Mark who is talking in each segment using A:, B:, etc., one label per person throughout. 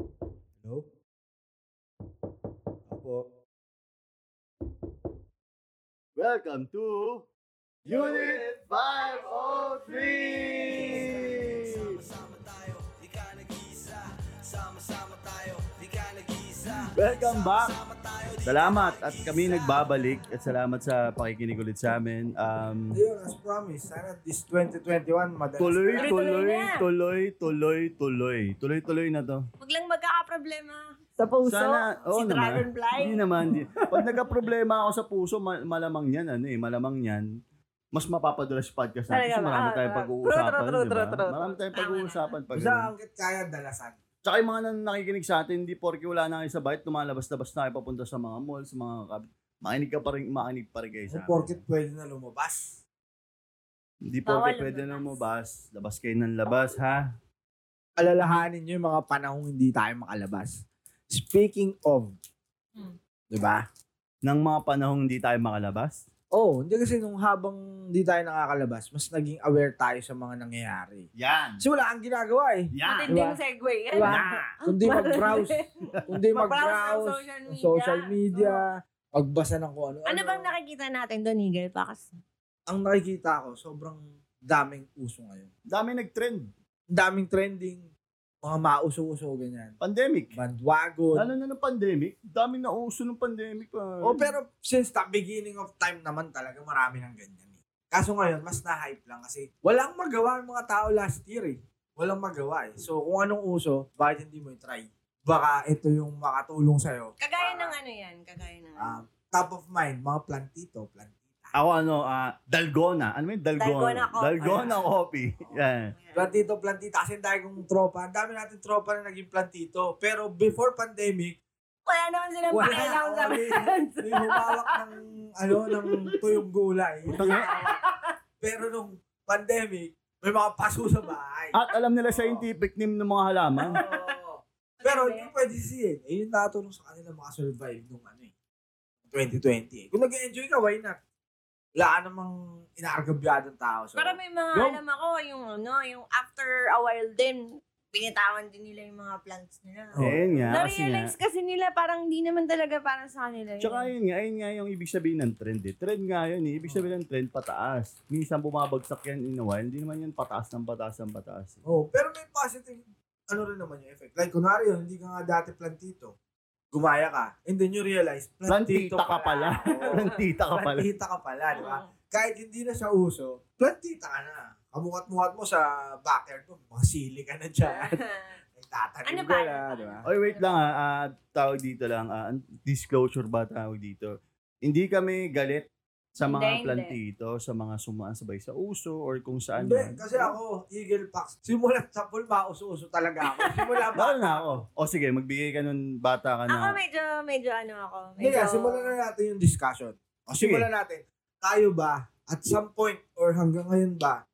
A: Hello? Apo. Welcome to Unit 503! Welcome back! Salamat at kami nagbabalik at salamat sa pakikinig ulit sa amin. Um,
B: Ayun, as promised, sana this 2021 madalas.
A: tuloy,
C: Tuloy-tuloy
A: tuloy,
C: na.
A: tuloy, tuloy, tuloy. Tuloy-tuloy na to.
C: Huwag lang magkakaproblema.
D: Sa puso?
A: Sana, oo
C: si
A: naman.
C: Dragonfly?
A: Hindi naman. Di. Pag nagka-problema ako sa puso, ma- malamang yan, ano eh, malamang yan, mas mapapadulas yung podcast natin.
D: Talaga
A: Kasi
D: ba?
A: marami
D: Ah,
A: tayong
D: ah.
A: pag-uusapan.
D: True, true, true,
A: di ba?
D: true, true.
A: Marami tayong pag-uusapan. Pag
B: Basta hanggat kaya dalasan.
A: Tsaka yung mga nan- nakikinig sa atin, hindi porke wala na kayo sa bite, tumalabas-labas na kayo papunta sa mga mall, sa mga kab- Makinig ka pa rin, makinig pa rin kayo sa
B: Kung
A: amin.
B: porkit pwede na lumabas.
A: Hindi porke
C: Bawal
A: pwede na lumabas.
C: lumabas.
A: Labas kayo ng labas, ha?
B: Alalahanin nyo yung mga panahong hindi tayo makalabas. Speaking of,
C: Hmm.
B: di ba?
A: Nang mga panahong hindi tayo makalabas.
B: Oh, hindi kasi nung habang hindi tayo nakakalabas, mas naging aware tayo sa mga nangyayari.
A: Yan!
B: Kasi wala kang ginagawa eh.
A: Yan!
C: Matinding segue yan.
D: Diba?
B: Kundi mag-browse. Kundi
C: Mag-browse ng
B: mag-browse.
C: social media.
B: Social media. Pagbasa ng kung ano.
C: Ano bang nakikita natin doon, Eagle Pax?
B: Ang nakikita ko, sobrang daming uso ngayon.
A: Dami nag-trend.
B: Ang daming trending. Mga mauso-uso ganyan.
A: Pandemic.
B: Bandwagon.
A: Lalo na ng pandemic. Daming nauso ng pandemic. ah. Pa.
B: O pero since the beginning of time naman talaga marami ng ganyan. eh. Kaso ngayon, mas na-hype lang kasi walang magawa ang mga tao last year eh. Walang magawa eh. So kung anong uso, bakit hindi mo i-try? Baka ito yung makatulong sa'yo.
C: Kagaya ng ano yan? Kagaya ng ano?
B: Ah, top of mind, mga plantito, plantita.
A: Ako ano, ah, Dalgona. Ano yun?
C: Dalgona
A: Dalgona.
C: coffee.
A: Dalgona coffee. Yan.
B: Plantito, plantita. Kasi dahil kong tropa, ang dami natin tropa na naging plantito. Pero before pandemic,
C: Wala naman silang
B: wala
C: pakialam sa
B: wala eh. May humawak ng, ano, ng tuyong gulay. Pero nung pandemic, may mga paso sa bahay.
A: At alam nila scientific name ng mga halaman.
B: Oo. Pero hindi mo pwede sisihin. Eh, yung natulong sa kanila makasurvive nung ano eh. 2020 eh. Kung nag-enjoy ka, why not? Wala ka namang inaargabyadong tao. So,
C: Pero may mga
A: Yung-
C: alam ako, yung ano, yung after a while din, pinitawan din nila yung mga plants nila.
B: Oo.
A: Ayan Oh. nga. Kasi nga.
C: Na-realize kasi nila parang hindi naman talaga para sa kanila. yun.
A: Tsaka yun nga, yun nga yung ibig sabihin ng trend eh. Trend nga yun eh. Ibig sabihin ng trend, pataas. Minsan bumabagsak yan in a while. Hindi naman yan pataas ng pataas ng pataas. eh.
B: Oh, pero may positive ano rin naman yung effect. Like, kunwari yun, hindi ka nga dati plantito. Gumaya ka. And then you realize, plantito,
A: Plantita ka pala.
B: Oo.
A: Plantita ka pala.
B: plantita ka pala, di ba?
C: Oo.
B: Kahit hindi na siya uso, plantita ka na. Kamukat-mukat mo sa backyard mo, mga sili ka na dyan. Nagtatanim
C: Ano
B: ka
C: ba?
B: na, di ba?
A: Oy, wait lang ha. Ah, tawag dito lang. ah, disclosure ba tawag dito? Hindi kami galit sa mga
C: Hindi, hindi.
A: plantito, sa mga sumasabay sa uso or kung saan.
B: Hindi,
A: man.
B: kasi ako, Eagle Pax, simula sa pool, mauso-uso talaga ako. Simula ba?
A: Bawal na ako. O sige, magbigay ka nun bata ka na.
C: Ako medyo, medyo ano ako.
B: Hindi,
C: Medyo,
B: yeah, simulan na natin yung discussion. O,
A: Sige.
B: simulan natin. Tayo ba, at some point, or hanggang ngayon ba,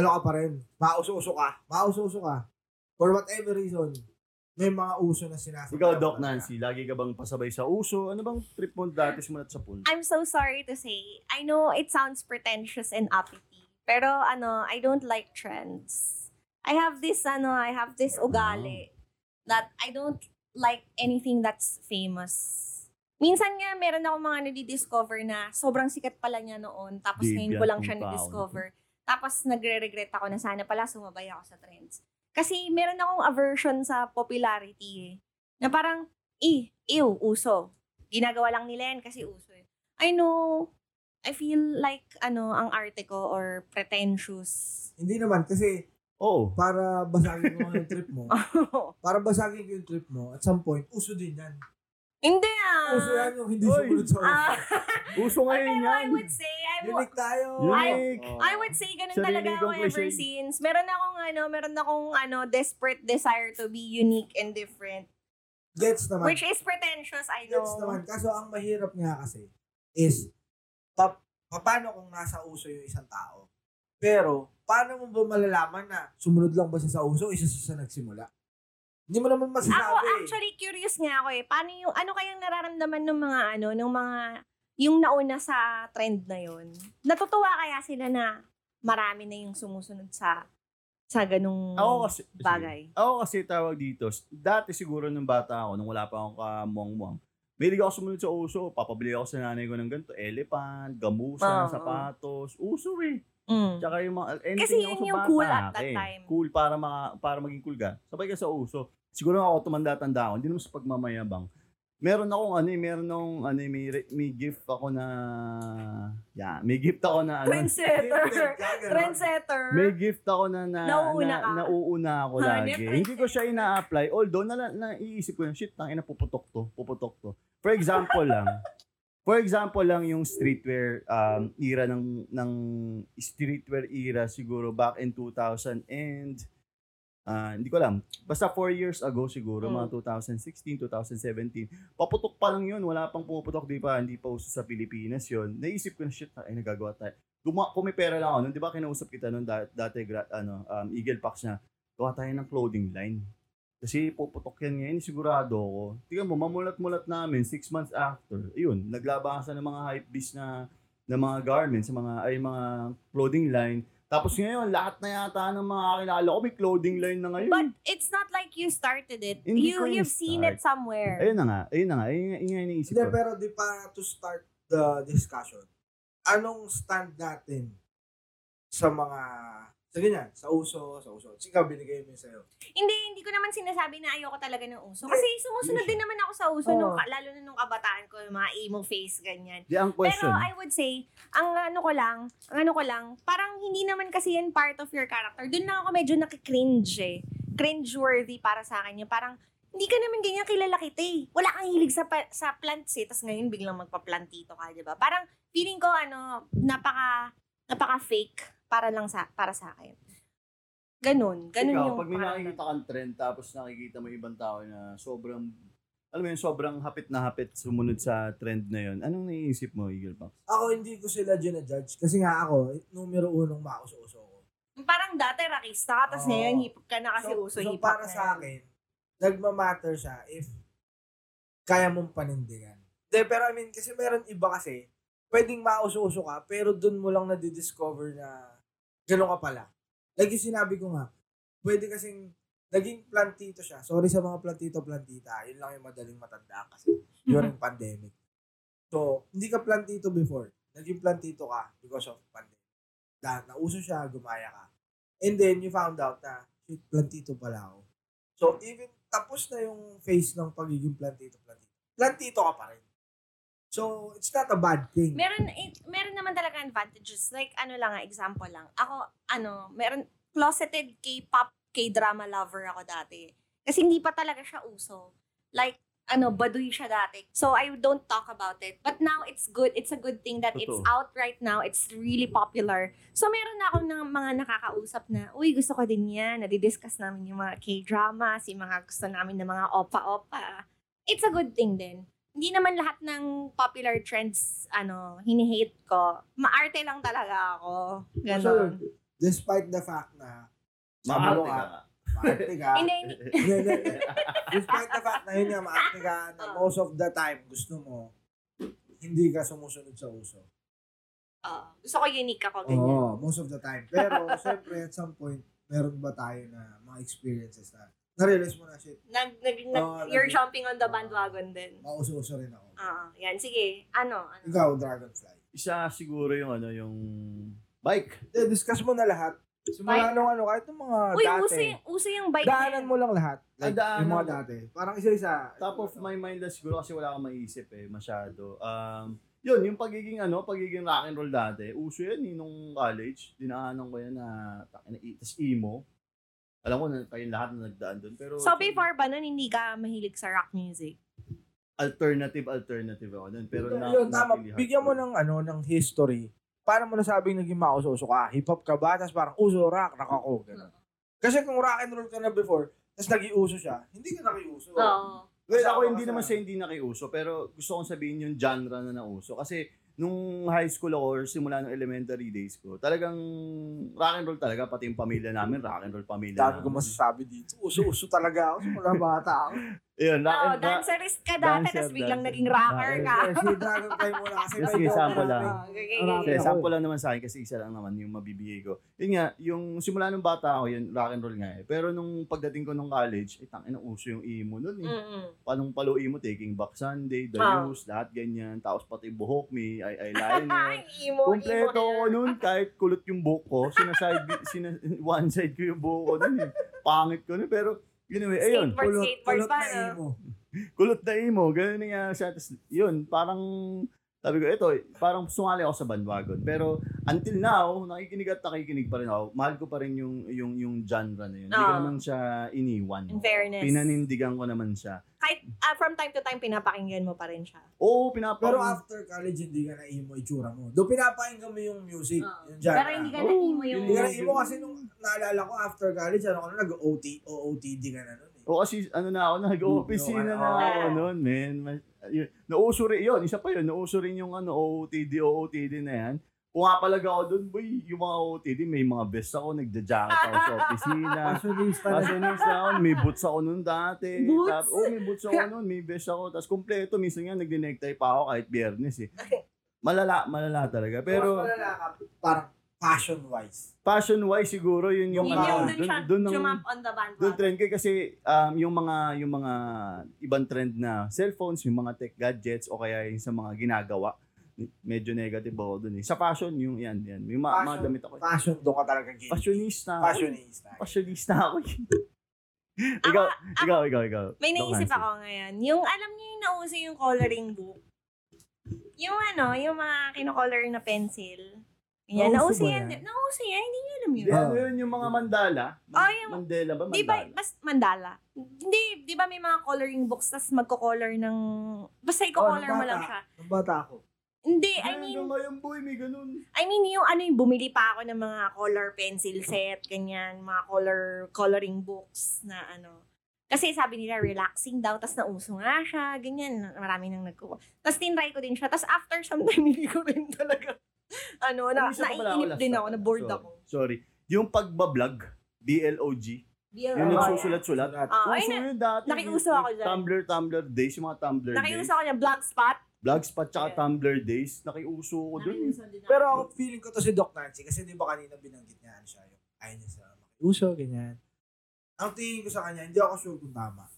B: ano ka pa rin, mauso-uso ka, mauso-uso ka, for whatever reason, may mga uso na sinasabi.
A: Ikaw, Doc Nancy, lagi ka bang pasabay sa uso? Ano bang trip mo dati simulat sa pool?
C: I'm so sorry to say, I know it sounds pretentious and uppity, pero ano, I don't like trends. I have this ano, I have this ugali that I don't like anything that's famous. Minsan nga, meron ako mga nadidiscover na sobrang sikat pala niya noon, tapos
A: Di
C: ngayon
A: yan
C: ko lang siya
A: kung
C: nadiscover. Tapos nagre-regret ako na sana pala sumabay ako sa trends. Kasi meron akong aversion sa popularity eh. Na parang, eh, ew, uso. Ginagawa lang nila yan kasi uso eh. I know, I feel like, ano, ang arte ko or pretentious.
B: Hindi naman, kasi
A: Oo.
B: para basagin mo yung trip mo, para basagin ko yung trip mo, at some point, uso din yan.
C: Hindi ah!
B: Uso yan yung hindi
A: Oy.
B: sumunod sa uso.
C: Ah,
A: Uso ngayon
C: pero
A: yan.
C: I would say, I would,
B: Unique tayo.
A: Unique.
B: Oh.
C: I would say ganun
A: Sarili
C: talaga ako
A: kong
C: ever
A: cliche.
C: since. Meron akong ano, meron akong ano, desperate desire to be unique and different.
B: Gets naman.
C: Which is pretentious, I know.
B: Gets naman. Kaso ang mahirap nga kasi is pa, paano kung nasa uso yung isang tao? Pero, paano mo ba malalaman na sumunod lang ba siya sa uso o isa siya sa nagsimula? Hindi mo naman
C: Ako
B: masasabi. eh.
C: actually curious nga ako eh. Paano yung ano kayang nararamdaman ng mga ano, ng mga yung nauna sa trend na yon. Natutuwa kaya sila na marami na yung sumusunod sa sa ganung
A: Ako kasi,
C: bagay.
A: ako kasi tawag dito, s- dati siguro nung bata ako, nung wala pa akong kamuang-muang, mahilig ako sumunod sa uso. Papabili ako sa nanay ko ng ganito. Elephant, gamusa,
C: Ah, Oo.
A: sapatos. Uso eh.
C: Mm.
A: Tsaka yung mga, anything
C: Kasi yun
A: ako sa
C: yung
A: bata,
C: cool at that
A: eh.
C: time.
A: Cool para, mga, para maging cool ka. Sabay ka sa uso. Siguro ako tumanda-tanda ako, hindi naman sa pagmamayabang. Meron akong ano eh, meron akong ano eh, may, re- may gift ako na, yeah, may gift ako na ano.
C: Trendsetter. Trendsetter.
A: May gift ako na, na
C: Nauuna
A: na,
C: ka.
A: nauuna ako
C: Ah,
A: lagi.
C: different
A: Hindi ko siya ina-apply. Although, na, naiisip ko na, shit, tangin na puputok to, puputok to. For example lang, for example lang yung streetwear um, era ng, ng streetwear era siguro back in 2000 and ah, hindi ko alam. Basta 4 years ago siguro,
C: Mm.
A: mga 2016, 2017. Paputok pa lang yun. Wala pang pumuputok, di ba? Hindi pa uso sa Pilipinas yun. Naisip ko na, shit, ay, nagagawa tayo guma, kung may pera lang ako nun, di ba kinausap kita nun da- dati, gra, ano, um, Eagle Packs na, gawa tayo ng clothing line. Kasi puputok yan ngayon, eh, sigurado ako. Tingnan mo, mamulat-mulat namin, six months after, yun, naglabasan ng mga hype beast na, na mga garments, sa mga, ay mga clothing line. Tapos ngayon, lahat na yata ng mga kakilala ko, may clothing line na ngayon.
C: But it's not like you started it.
A: Hindi ko
C: you you've seen it somewhere.
A: ayun na nga, ayun na nga, ayun, nga- ayun nga yung naisip ko.
B: Hindi, pero di para to start the discussion, anong stand natin sa mga, sa ganyan, sa uso, sa uso. Sige, binigay mo yun sa'yo.
C: Hindi, hindi ko naman sinasabi na ayoko talaga ng uso. Kasi sumusunod din naman ako sa uso, nung,
B: Oo.
C: ka- lalo na nung kabataan ko, yung mga emo face, ganyan.
A: Di ang question.
C: Pero I would say, ang ano ko lang, ang ano ko lang, parang hindi naman kasi yan part of your character. Doon na ako medyo nakikringe eh. Cringe-worthy para sa akin yun. Parang, hindi ka naman ganyan kilala kita eh. Wala kang hilig sa, pa- sa plants eh. Tapos ngayon biglang magpa-plantito ka, di ba? Parang feeling ko, ano, napaka, napaka-fake para lang sa, para sa akin. Ganun. Ganun
A: Ikaw,
C: yung
A: pag may
C: parang-
A: nakikita kang trend tapos nakikita mo ibang tao na sobrang alam mo yun, sobrang hapit na hapit sumunod sa trend na yun. Anong naiisip mo, Eagle Box?
B: Ako hindi ko sila ginajudge kasi nga ako, numero unong mauso-uso ko.
C: Yung Parang dati rakista ka, tapos
B: Oo.
C: ngayon hip-hop ka na kasi
B: so
C: uso hip-hop.
B: para
C: na
B: sa
C: yan.
B: akin, nagmamatter siya if kaya mong panindigan. De, pero I mean, kasi meron iba kasi, pwedeng mauso-uso ka, pero dun mo lang nadidiscover na gano'n ka pala. Like yung sinabi ko nga, pwede kasing, naging plantito siya. Sorry sa mga plantito-plantita, yun lang yung madaling matanda kasi during pandemic. So, hindi ka plantito before. Naging plantito ka because of pandemic. Dahil nauso siya, gumaya ka. And then, you found out na, shit, plantito pala ako. So, even tapos na yung phase ng pagiging plantito-plantito. Plantito ka pa rin. So, it's not a bad thing.
C: Meron, eh, meron naman talaga advantages. Like, ano lang, ah, example lang. Ako, ano, meron, closeted K-pop, K-drama lover ako dati. Kasi hindi pa talaga siya uso. Like, ano, baduy siya dati. So, I don't talk about it. But now, it's good. It's a good thing that it's
A: Totoo.
C: out right now. It's really popular. So, meron na ako ng mga nakakausap na, uy, gusto ko din yan. Nadidiscuss namin yung mga K-drama, si mga gusto namin ng mga opa-opa. It's a good thing din hindi naman lahat ng popular trends, ano, hinihate ko. Maarte lang talaga ako. Ganon.
B: So, despite the fact na, sabi
A: Maarte
B: mo
A: ka.
B: nga, maarte ka.
C: Hindi, hindi.
B: Hindi, hindi, hindi. despite the fact na yun nga, maarte ka, na
C: Oo.
B: most of the time, gusto mo, hindi ka sumusunod sa uso.
C: Oo. gusto ko unique ako, ganyan.
B: Oo, most of the time. Pero, syempre, at some point, meron ba tayo na mga experiences na, na-realize mo na, shit,
C: Nag, nag, nag-
B: Oo, nag-
C: you're jumping on the bandwagon din.
B: mauso-uso rin ako.
C: Oo. yan, sige. Ano? ano?
B: Ikaw, Dragonfly.
A: Isa siguro yung ano, yung bike.
B: Eh, discuss mo na lahat. Simula
C: Bike.
B: nung ano, kahit yung mga
C: Uy,
B: dati.
C: uso yung, uso yung bike na
B: daanan
C: yun.
B: mo lang lahat.
A: Ah,
B: Like,
A: daanan
B: yung mga
A: mo.
B: dati. Parang isa-isa.
A: Top of my mind na siguro kasi wala akong maisip eh, masyado. Um, yun, yung pagiging ano, pagiging rock and roll dati, uso yan eh, nung college. Dinaanan ko yan na, na tas emo. Alam ko na kayong lahat na nagdaan doon. Pero
C: So, before ba nun, hindi ka mahilig sa rock music?
A: alternative, alternative ako nun. Pero na,
B: yun, tama.
A: napili
B: Bigyan mo
A: hardcore.
B: ng, ano, ng history. Paano mo nasabing naging mauso-uso ka? Hip-hop ka ba? Tapos parang uso, rock, rock ako. Ganun. Kasi kung rock and roll ka na before, tapos nag-iuso siya, hindi ka nakiuso.
C: Oo.
A: Well,
B: Kasama
A: ako
B: ka
A: hindi
B: sa-
A: naman siya hindi nakiuso, pero gusto kong sabihin yung genre na nauso. Kasi nung high school ako, or simula nung elementary days ko, talagang rock and roll talaga, pati yung pamilya namin, rock and roll pamilya
B: Dami
A: namin.
B: ko masasabi dito. Uso-uso talaga ako. Simula bata ako.
A: Yun, rock
C: Oh,
A: and rock.
C: dancerist ka dati,
A: dancer,
C: tapos biglang
A: dancer.
C: naging rocker ka.
B: Eh, si Dragonfly muna kasi.
A: Just
B: may
A: sige,
B: joke
A: sample lang.
B: marami.
C: Okay.
B: Marami
A: Kasi
B: ako.
A: sample lang naman sa akin kasi isa lang naman yung mabibigay ko. Yun nga, yung simula nung bata ako, yun, rock and roll nga eh. Pero nung pagdating ko nung college, ay tangin ang uso yung emo nun eh.
C: Mm-mm.
A: Panong palo emo, Taking Back Sunday, The
C: Mm. Ah.
A: News, lahat ganyan. Tapos pati buhok, may eye- eyeliner.
C: Ay, Ah, emo,
A: Kompleto
C: emo.
A: ko nun, kahit kulot yung buhok ko, sinaside, sina, one side ko yung buhok ko nun eh. Pangit ko nun, pero anyway, ayun.
C: Skateboard, skateboard
B: kulot
C: pa,
B: na
C: no?
B: emo.
A: kulot na emo, ganun nga siya. Tapos, yun, parang, sabi ko, ito, parang sumali ako sa bandwagon. Pero, until now, nakikinig at nakikinig pa rin ako. Mahal ko pa rin yung, yung, yung genre na yun. Hindi ko
C: Ah.
A: naman siya iniwan.
C: In fairness.
A: Pinanindigan ko naman siya.
C: Kahit ah, from time to time, pinapakinggan mo pa rin siya.
A: Oo, pinapa...
B: Pero after college, hindi ka na emo itsura mo. Doon pinapakinggan mo yung music.
C: Oo.
B: Yung genre.
C: Ah. Pero hindi ka na
A: Oo,
C: emo yung...
B: Hindi ka na emo kasi nung naalala ko after college, ano ka na, nag-OT, OOTD ka na nun eh.
A: o kasi ano na ako, nag-opisina na
B: Ah.
A: ako noon, man. Mas- yun. Nauso rin yun, isa pa yun, nauso rin yung ano, OOTD, OOTD na yan. Pumapalag ako doon, boy, yung mga OOTD, may mga best ako, nagja-jacket ako sa opisina.
B: Pasunista na.
A: Kasi nung sa akin, may boots ako nun dati.
C: Boots?
A: Tap- oh, may boots ako nun, may vest ako. Tapos kompleto, minsan nga nagdi-necktie pa ako kahit biyernes eh. Malala, malala talaga. Pero
B: Mas malala ka, parang fashion-wise.
A: passion-wise siguro yun yung
C: Yun
B: ano,
C: yung
A: ano.
C: dun siya,
A: Doon ng
C: jump on the
A: doon
C: bandwagon.
A: trend ko kasi um, yung mga yung mga ibang trend na cellphones, yung mga tech gadgets o kaya yung sa mga ginagawa medyo negative ako doon eh. Sa fashion yung yan yan. May ma-
B: Fashion.
A: mga damit ako. eh.
B: Fashion doon ka talaga gay.
A: Fashionista. ako.
B: Fashionista.
A: Fashionista ako. ikaw, ikaw, ikaw, ikaw.
C: May
A: Ikaw,
C: naisip
A: Nancy.
C: ako ngayon. Yung alam niyo yung nauso yung coloring book. Yung ano, yung mga kinocoloring na pencil. Yan,
B: Nauso
C: nauso,
B: ba
C: yan.
B: yan?
C: Nauso yan, hindi niyo alam yun.
A: Di, ano yun, yung mga mandala?
C: Oh, yung-
A: Mandela ba? Mandala.
C: Di ba, mas mandala. Hindi, di ba may mga coloring books tas magko-color ng... Basta
B: Oh,
C: i-color
B: ng
C: mo lang
B: bata.
C: siya.
B: Nung bata ako.
C: Hindi, I
A: Meron
C: mean,
A: daw Eh, ngayon, boy, may ganun.
C: I mean, yung ano yung bumili pa ako ng mga color pencil set, ganyan, mga color, coloring books na ano. Kasi sabi nila relaxing daw, tas nauso nga siya, ganyan, marami nang nagkuha. Tas tinry ko din siya, tas after some time, hindi ko rin talaga, ano, na,
A: Isa pa pala
C: naiinip
A: last
C: din
A: na-
C: ako, na-bored
A: sorry,
C: ako.
A: Sorry. Yung pagbablog, BLOG, yung
B: Ah,
A: nagsusulat-sulat.
C: Ah,
A: Uso
C: ayun na.
A: yun dati.
C: Nakiuso
A: Yung
C: ako dyan.
A: Tumblr, Tumblr days, yung mga Tumblr
C: Nakiuso
A: days.
C: ako ng black spot.
A: Blogspot tsaka
C: Yeah.
A: Tumblr days, nakiuso ko dun. eh.
B: Pero ako, feeling ko to si Doc Nancy kasi di ba kanina binanggit niya ano siya yung ayaw niya sa makiuso, ganyan. Ang tingin ko sa kanya, hindi ako sure kung tama.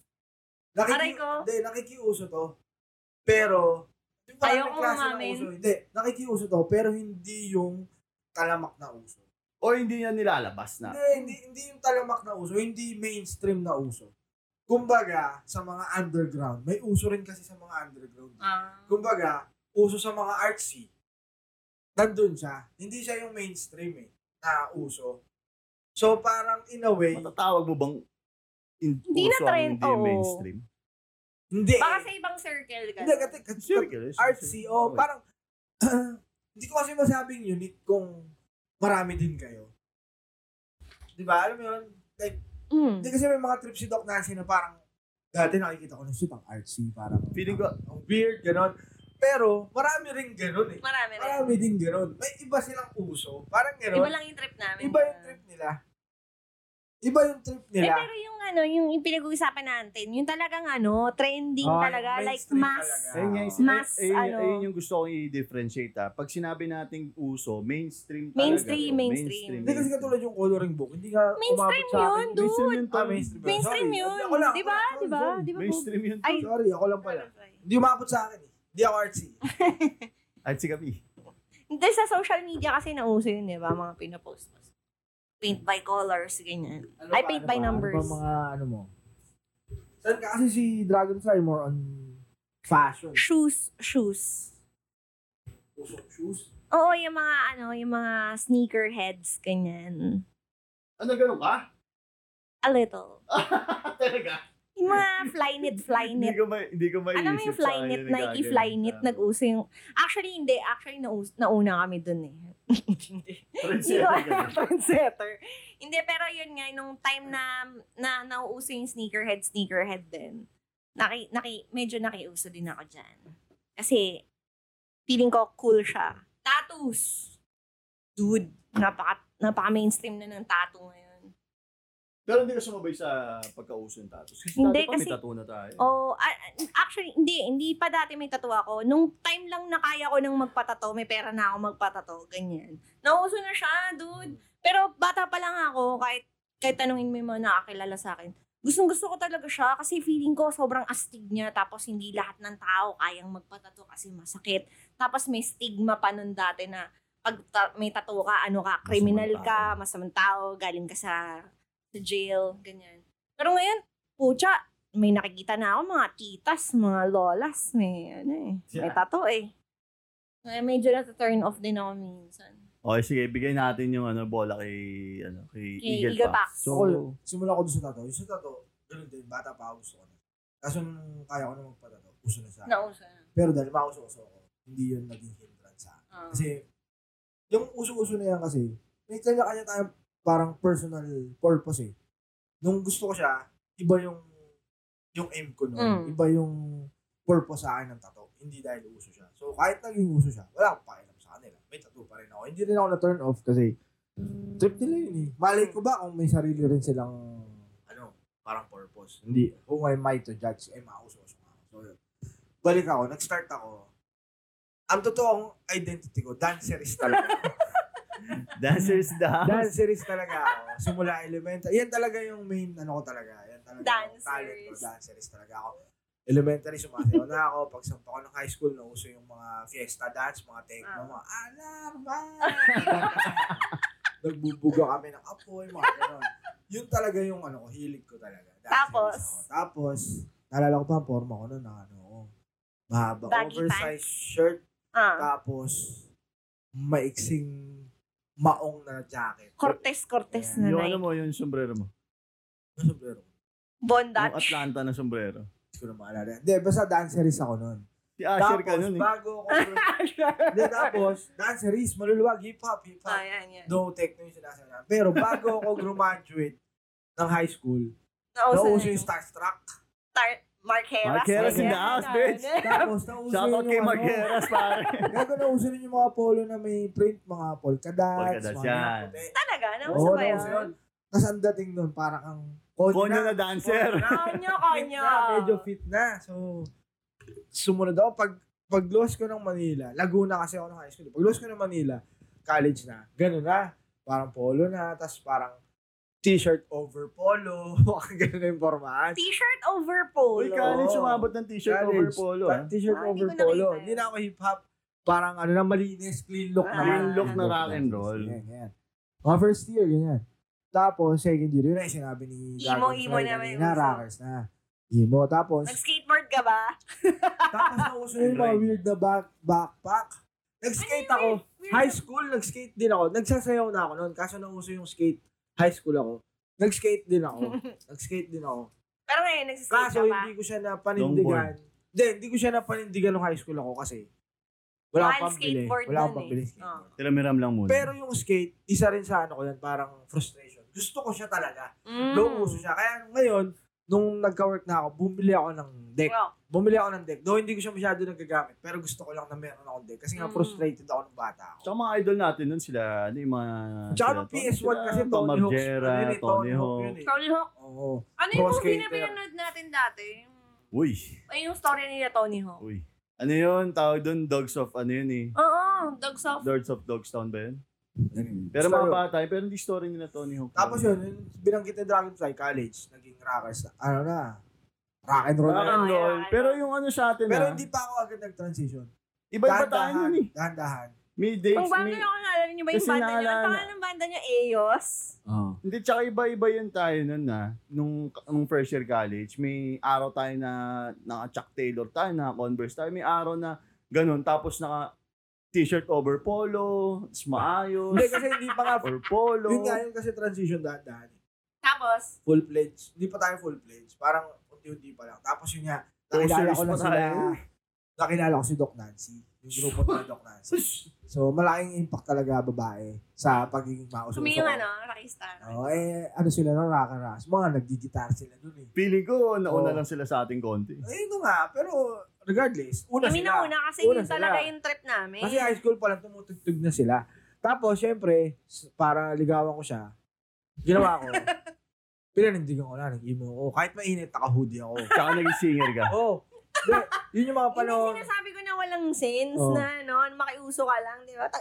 B: Nakiki-
C: Aray ko.
B: Hindi, nakikiuso to. Pero, yung maraming
C: Ayoko
B: klase ng
C: umamin.
B: uso. Hindi, nakikiuso to, pero hindi yung talamak na uso.
A: O hindi niya nilalabas na.
C: Ah.
B: Hindi, hindi, hindi yung talamak na uso, hindi mainstream na uso. Kumbaga, sa mga underground, may uso rin kasi sa mga underground.
C: Ah.
B: Kumbaga, uso sa mga artsy. Nandun siya. Hindi siya yung mainstream eh, na uso. So parang in a way,
A: Matatawag mo bang in-
C: Hindi na
A: uso ang
C: trend,
A: hindi
C: oo.
A: mainstream?
B: hindi.
C: Baka
B: eh.
C: sa ibang circle ka.
B: Hindi, kasi, kasi,
A: Circle,
B: artsy,
A: circle.
B: o
A: Okay.
B: parang, hindi ko kasi masabing unique kung marami din kayo. Di ba? Alam mo yun? Like,
C: Mm.
B: Hindi kasi may mga trip si Doc Nancy na parang dati nakikita ko na shit ang artsy parang
A: Feeling ko-
C: Ah.
B: ang weird ganon. Pero marami rin ganon eh.
C: Marami rin.
B: Marami din ganon. May iba silang uso. Parang
C: Iba
B: ganon.
C: lang yung trip namin.
B: Iba yung trip nila. Iba yung trip
C: Eh,
B: nila.
C: pero yung ano, yung, yung pinag-uusapan natin, yung talagang ano, trending
B: Oh, yung
C: talaga, like
B: mainstream
C: mass.
B: talaga.
A: Ayun nga,
C: Mas,
A: ay- ayun-
C: ano-
A: ayun yung gusto kong i-differentiate ha. Pag sinabi nating uso, mainstream talaga.
C: Mainstream,
A: yun.
C: mainstream.
B: Hindi kasi katulad yung coloring book. Hindi nga
C: Mainstream
B: umabot sa akin.
C: yun,
A: yun,
C: dude.
B: Ah,
A: tol.
B: mainstream. yun.
C: Mainstream
B: Sorry,
C: yun.
B: ako lang,
C: Di ba?
B: ako lang,
C: Di ba?
B: sorry.
C: Di ba?
A: Mainstream yun.
C: Ay,
B: Sorry, ako lang pala. Hindi umabot sa akin eh. Hindi ako artsy.
A: At si kami.
C: Hindi, sa social media kasi nauso yun, di ba? Mga pinapost mo. Paint by colors, ganyan.
B: Ano
C: I
B: ba,
C: paint
B: ano
C: by
B: ba,
C: numbers.
B: Ano ba mga ano mo? Saan ka? Kasi si Dragonfly more on fashion.
C: Shoes, shoes.
B: Puso shoes.
C: Oo, yung mga ano, yung mga sneakerheads, ganyan.
A: Ano, ganun ka?
C: A little.
A: Talaga?
C: Yung
B: Mm.
C: mga flyknit,
A: Hindi
C: flyknit.
A: ko ma hindi ko maiisip.
C: Alam mo
A: sa
C: yung
A: akin
C: flyknit,
A: yung
C: Nike
A: gagawin
C: flyknit,
A: sa-
C: nag-uso yung... Actually, hindi. Actually, naus- nauna kami dun eh. hindi. Hindi
A: Trendsetter
C: ko
A: ganun.
C: trendsetter. Hindi, pero yun nga, nung time na, na nauuso yung sneakerhead, sneakerhead din, naki, naki, medyo nakiuso din ako dyan. Kasi, feeling ko cool siya. Tattoos! Dude, napaka, napaka mainstream na ng tattoo ngayon.
A: Pero hindi ka sumabay sa pagkauso ng tattoos. Kasi dati
C: Hindi,
A: pa may
C: kasi-
A: tattoo na tayo.
C: Oh, ah, actually, hindi. Hindi pa dati may tattoo ako. Nung time lang na kaya ko nang magpatato, may pera na ako magpatato. Ganyan. Nauso na siya, dude. Pero bata pa lang ako, kahit, kahit tanungin mo yung mga nakakilala sa akin, gustong gusto ko talaga siya kasi feeling ko sobrang astig niya. Tapos hindi lahat ng tao kayang magpatato kasi masakit. Tapos may stigma pa nun dati na pag ta- may tattoo ka, ano ka, criminal ka, masamang tao, galing ka sa, sa jail, ganyan. Pero ngayon, pucha, may nakikita na ako mga titas, mga lolas, may ano eh, may
A: Yeah.
C: tattoo eh. Kaya medyo nata-turn off din ako minsan.
A: Okay, sige, bigay natin yung ano, bola kay, ano, kay,
C: Kay
A: Eagle,
C: Eagle
A: Pax.
C: Pax.
A: So,
B: Ako, simula ko doon sa tato. Yung sa tato, ganun din, bata pa ako gusto ko na. Kaso nung kaya ko na magpatato, uso na sa akin.
C: Nauso na.
B: Pero dahil mauso-uso ako, hindi yun naging hindrance sa akin.
C: Ah.
B: Kasi, yung uso-uso na yan kasi, may kanya-kanya tayong parang personal purpose eh. Nung gusto ko siya, iba yung yung aim ko noon.
C: Mm.
B: Iba yung purpose sa akin ng tattoo. Hindi dahil uso siya. So, kahit naging uso siya, wala akong pakialam sa kanila. May tattoo pa rin ako. Hindi rin ako na-turn off kasi trip nila yun eh. Malay ko ba kung may sarili rin silang ano, parang purpose. Hindi, who am I to judge? Ay, mauso-uso nga ako. So, yun. Balik ako, nag-start ako. Ang totoong identity ko, dancerist talaga.
A: Dancers down.
B: dancerist talaga ako. Simula elementary. Yan talaga yung main ano ko talaga. Yan talaga yung talent ko.
C: Dancerist.
B: Dancerist talaga ako. Elementary, sumasayaw na ako. Pag sampa ko ng high school, nauso yung mga fiesta dance, mga techno,
C: Ah.
B: mga alarma! Nagbubuga kami ng apoy, mga ganon. Yun talaga yung ano ko, hilig ko talaga. Dancerist
C: Tapos?
B: ako. Tapos, naalala ko pa ang forma ko nun, na ano, ko, mahaba,
C: Baggy
B: oversized shirt,
C: Ah,
B: tapos, maiksing maong na jacket.
C: Cortes-cortes na
A: yung
C: na
A: ano
C: eh.
A: mo, yung sombrero mo.
B: Ano sombrero ko?
A: Yung
C: Bondage.
A: Atlanta na sombrero.
B: Hindi ko na maalala. Hindi, basta dancerist ako nun.
A: Si Asher
B: tapos,
A: ka nun eh.
B: bago ako... Hindi, tapos, dancerist, maluluwag, hip-hop, hip-hop.
C: Ah, yan, yan.
B: No techno yung sinasabi namin. Pero bago ako graduate ng high school,
C: Nauso na
B: nauso yung
C: yun.
B: Starstruck.
C: Tar- Mark Heras.
A: Mark Heras in the
B: ah,
C: ganyan.
A: house, bitch.
B: Tapos, nauso yun
A: Shoutout
B: yung
A: kay
B: ano.
A: Marqueras, pare.
B: Gago nauso rin yung mga polo na may print, mga polka dots.
A: Polka dots,
B: mga
A: yan.
B: ganyan, puti.
C: Talaga? Nauso
B: Oo,
C: Ano ba yun?
B: nauso yun. Tapos ang dating nun, parang ang konyo
A: Konyo
B: na.
A: na dancer.
C: Konyo,
B: Fit
C: konyo.
B: na, medyo fit na. So, sumunod ako. Pag, pag lost ko ng Manila, Laguna kasi ako ng high school. Pag lost ko ng Manila, college na. Ganun na. Parang polo na. Tapos parang t-shirt over polo. Ganun na yung formahan.
C: T-shirt over polo.
A: Uy, college sumabot ng t-shirt over
B: ano. College.
A: polo.
B: Parang
A: ah.
B: T-shirt
C: Ah, hindi
B: over
C: ko nakita
B: polo.
C: yun.
B: Hindi na ako hip-hop. Parang ano na, malinis, clean look
C: Ah.
B: naman.
C: Clean look
A: na rock and roll.
B: Ganyan, ganyan. Mga first year, ganyan. Tapos, second year, yun na yung sinabi ni
C: Emo,
B: Dragon
C: emo
B: Fly
C: na may
B: kanina,
C: uso.
B: rockers na. Emo. Tapos,
C: Nag-skateboard ka ba?
B: tapos nauso yung mga Oh weird na back, backpack. Nag-skate ako. High school, nag-skate din ako. Nagsasayaw na ako noon. Kaso nauso yung skate. High school ako. Nag-skate din ako. Nag-skate din ako.
C: Pero ngayon, nag-skate
B: Kaso
C: ka pa.
B: hindi ko siya napanindigan. Hindi, hindi ko siya napanindigan nung high school ako kasi wala
C: Mahal
B: akong pambili.
C: skateboard
B: Wala akong
C: nun eh.
B: pambili.
C: Oo.
A: Tiramiram lang muna.
B: Pero yung skate, isa rin sa ano ko yan, parang frustration. Gusto ko siya talaga.
C: Mm.
B: Low uso siya. Kaya ngayon, nung nagka-work na ako, bumili ako ng deck.
C: Wow.
B: Bumili ako ng deck. Though hindi ko siya masyado nagagamit, pero gusto ko lang na meron akong deck. Kasi nga
C: Mm.
B: frustrated ako nung bata ako.
A: Tsaka mga idol natin nun sila, ano yung mga...
B: Tsaka
A: sila,
B: nung PS1 kasi
A: sila, Tom
B: Tony Hawk.
A: Margera,
B: Ano yun eh,
A: Tony Hawk.
B: yun eh.
C: Tony Hawk.
B: Oo.
C: Ano yung
B: Pro
C: mga
B: skater.
C: pinapinanood natin dati?
A: Uy,
C: Ay, yung story nila Tony Hawk.
A: uy. Ano yun? Tawag dun, Dogs of, ano yun eh?
C: Oo, Dogs of...
A: Lords of Dogstown ba yun? Pero mga bata, eh, pero hindi story nila Tony Hawk.
B: Tapos yun, yung binanggit na Dragonfly College, naging rockers na, ano na, rock and roll
A: Rock
B: na.
A: and
C: Oo,
A: roll.
C: Ah, yeah,
A: Pero
C: yeah.
A: yung ano sa atin
B: Pero
A: ah,
B: hindi pa ako agad nag-transition.
A: iba-iba tayo nun eh.
B: Dahan-dahan.
A: May dates,
C: Kung banda
A: may...
C: nyo, naalala nyo ba yung
A: Kasi
C: banda nyo? Ang
A: naalala-
C: pangalan ng banda nyo, Eos?
A: Hindi, tsaka iba-iba yun tayo nun na. Nung, nung first year college, may araw tayo na naka Chuck Taylor tayo, naka Converse tayo. May araw na ganun. Tapos naka t-shirt over polo, mas maayos,
B: Hindi, kasi hindi pa nga,
A: or polo.
B: yun nga yun kasi transition dahan-dahan.
C: Tapos,
B: Full-fledged. Hindi pa tayo full-fledged. Parang unti-unti pa lang. Tapos yun nga,
A: Posters
B: nakilala ko na
A: pa
B: sila,
A: tayo.
B: nakilala ko si Doc Nancy. Yung grupo ni Doc Nancy. So, malaking impact talaga babae sa pagiging mauso.
C: kami yung ano, rockstar.
B: Oh, eh, ano sila ng rock and roll. Mga nagdi-guitar sila dun eh.
A: Feeling ko, nauna
B: Oo.
A: lang sila sa ating konti.
B: Eh, ito nga. Pero, regardless, una
C: Kami
B: sila.
C: na una kasi
B: Una
C: yun talaga
B: sila.
C: yung trip namin.
B: Kasi high school pa lang, tumutugtog na sila. Tapos, syempre, s- para ligawan ko siya, ginawa ko, Pinanindigan ko na, nag-emo ako. Kahit mainit, naka-hoodie ako.
A: Tsaka naging singer ka.
B: Oo. Oh, yun yung mga panahon.
C: Yung sinasabi ko na walang sense
B: Oo.
C: na, no? Makiuso ka lang, di ba? Tang-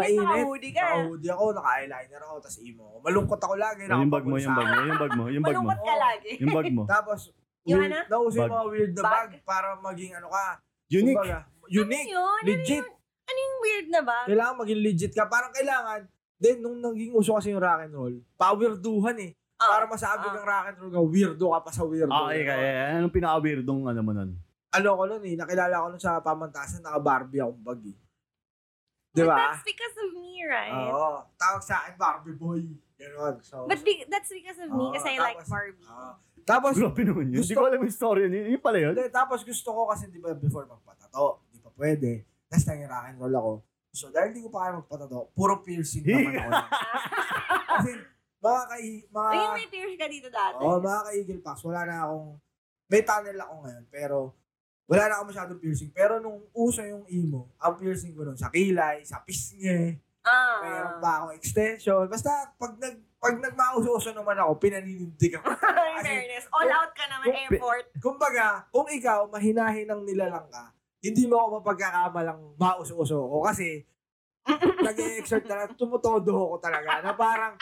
B: Oh. Mainit.
C: nakahudi ka.
B: Naka-hoodie ako, naka-eyeliner ako, tapos emo ako. Malungkot ako lagi.
A: Yung bag mo, yung bag mo, yung bag mo, yung bag mo.
C: Malungkot ka
B: Oo.
C: lagi.
A: Yung bag mo.
B: Tapos,
C: Yung
B: weird,
C: ano?
B: nauso yung
A: Bag.
B: mga weird na
C: Bag.
B: bag. para maging ano ka.
A: Unique.
B: kumbaga, unique.
C: Ano yun?
B: Legit.
C: Ano yung weird na ba?
B: Kailangan maging legit ka. Parang kailangan, then nung naging uso kasi yung rock and roll, pa-weirduhan eh.
C: Ah,
B: Para masabi
C: ah.
B: kang rock and roll ka, weirdo ka pa sa weirdo.
A: Ah, okay, kaya. Anong pinaka-weirdong ano mo nun?
B: Ano ko nun eh, nakilala ko nun sa pamantasan, naka-Barbie akong bag eh. Di
C: But
B: ba? Ah, oh.
C: that's because of me, right?
B: Oo. Tawag sa akin, Barbie boy. Ganon. So,
C: But be- that's because of me
B: Oo,
C: kasi
B: Ah,
C: I
B: tapos- ah.
C: like Barbie.
B: oo. tapos,
A: Grabe naman yun. Hindi ko alam yung story yun. Yun pala yun.
B: Hindi, tapos gusto ko kasi di ba before magpatato, di pa pwede. Tapos nanging rock and roll ako. So dahil di ko pa kaya magpatato, puro piercing naman ako. kasi mga kai, mga,
C: Ay, yung may tears ka dito dati.
B: oh, mga ka-eagle packs, wala na akong, may tunnel ako ngayon, pero wala na ako masyadong piercing. Pero nung uso yung emo, ang piercing ko nun sa kilay, sa pisngi,
C: Ah.
B: meron pa akong extension. Basta pag nag pag nagmauso-uso naman ako, pinaninindig ako.
C: In
B: Kasi
C: fairness, all out ka naman,
A: Kung-
C: effort.
B: Kumbaga, kung ikaw mahinahinang nilalang ka, hindi mo ako mapagkakamalang mauso-uso ko kasi nag-exert talaga, tumutodo ako talaga na parang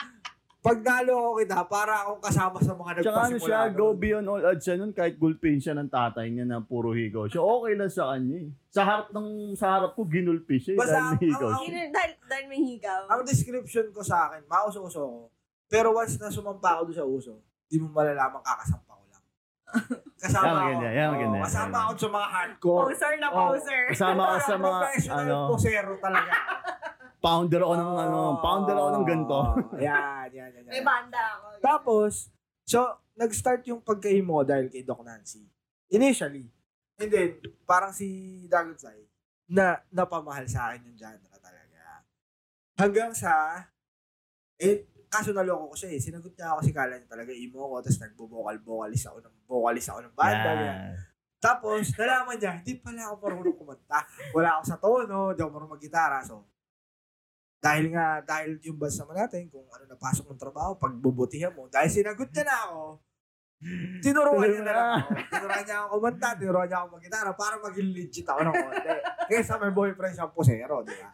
B: pag nalo ko kita, para akong kasama sa mga
A: Tsaka ano
B: nagpasimula.
A: siya, go
B: nun.
A: beyond all odds siya nun, kahit gulpin siya ng tatay niya na puro higaw siya. Okay lang sa kanya eh. Sa harap ng, sa harap ko, ginulpi siya eh,
B: Basta
A: dahil
B: ang-
A: higaw
B: ang-
A: siya.
C: Yun, dahil, dahil may higaw.
B: Oh. Ang description ko sa akin, mauso-uso ko. Pero once na sumampa ako doon sa uso, di mo malalaman kakasampa ko lang. Kasama
A: Yan,
B: ako.
A: maganda, yan, maganda,
B: Oo,
A: yan,
B: kasama
A: maganda.
B: ako sa mga hardcore.
C: Poser na
B: Oo.
C: poser.
A: Kasama ka sa mga,
B: Professional Ah.
A: ano,
B: posero talaga.
A: pounder ako ng, ano, pounder ako ng ganito.
B: Ah. yan, yan, yan. yan.
C: May banda ako.
B: Tapos, so, nag-start yung pagkaimo dahil kay Doc Nancy. Initially. And then, parang si Dragonfly, na napamahal sa akin yung genre talaga. Hanggang sa, eh, kaso naloko ko siya eh. Sinagot niya ako kasi kala niya talaga emo ko. Tapos nagbo-vocal-vocalist ako ng vocalist ako ng banda. ganyan.
A: Yan.
B: Tapos, nalaman niya, hindi pala ako marunong kumanta. Wala ako sa tono, hindi ako marunong mag-gitara. So, dahil nga, dahil yung bands naman natin, kung ano napasok ng trabaho, pagbubutihan mo, dahil sinagot niya na ako, tinuruan niya na lang ako. Tinuruan niya ako kumanta, tinuruan niya ako mag-gitara para maging legit ako ng konti. Kesa may boyfriend siyang posero, di ba?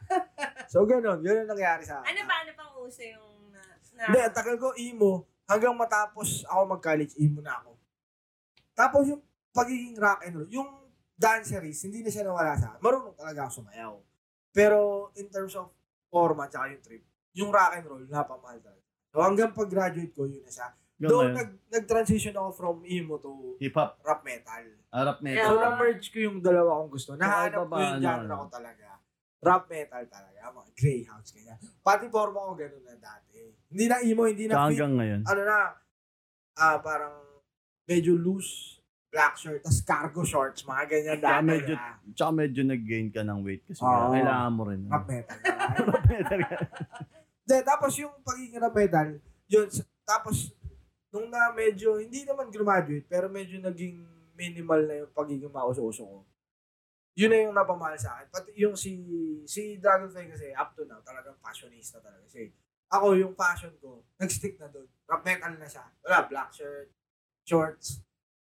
B: So, ganun. Yun ang nangyari sa akin.
C: Ano ba, ano pang uso yung... Na, na-
B: Hindi, ang tagal ko emo. Hanggang matapos ako mag-college, emo na ako. Tapos yung pagiging rock and roll, yung danceries, hindi na siya nawala sa akin. Marunong talaga ako sumayaw. Pero in terms of format tsaka yung trip, yung rock and roll, napamahal talaga. So hanggang pag-graduate ko, yun na siya.
A: Ganun.
B: Doon nag, nag-transition ako from emo to
A: Hip-hop,
B: rap metal.
A: harap
C: Yeah.
B: So
A: metal.
B: na-merge ko yung dalawa kong gusto. Nahanap
A: Kahit
B: ko yung
A: papaano,
B: genre
A: ano.
B: ko talaga. Rap metal talaga. Mga greyhounds, kanya. Pati forma ko ganun na dati. Hindi na emo, hindi
A: Tsaka
B: na fit
A: hanggang ngayon.
B: ano na, ah parang medyo loose black shirt, tas cargo shorts, mga ganyan
A: Kaya
B: dati.
A: medyo,
B: ah.
A: tsaka medyo nag-gain ka ng weight kasi
B: Oo.
A: kailangan mo rin.
B: Rap metal.
A: Rap metal ka.
B: De, tapos yung pagiging rap metal, yun, s- tapos nung na medyo, hindi naman graduate, pero medyo naging minimal na yung pagiging mauso-uso ko. Yun na yung napamahal sa akin. Pati yung si, si Dragonfly kasi, up to now, talagang fashionista talaga siya. eh. Ako, yung fashion ko, nag-stick na doon. Rap metal na siya. Wala, black shirt, shorts,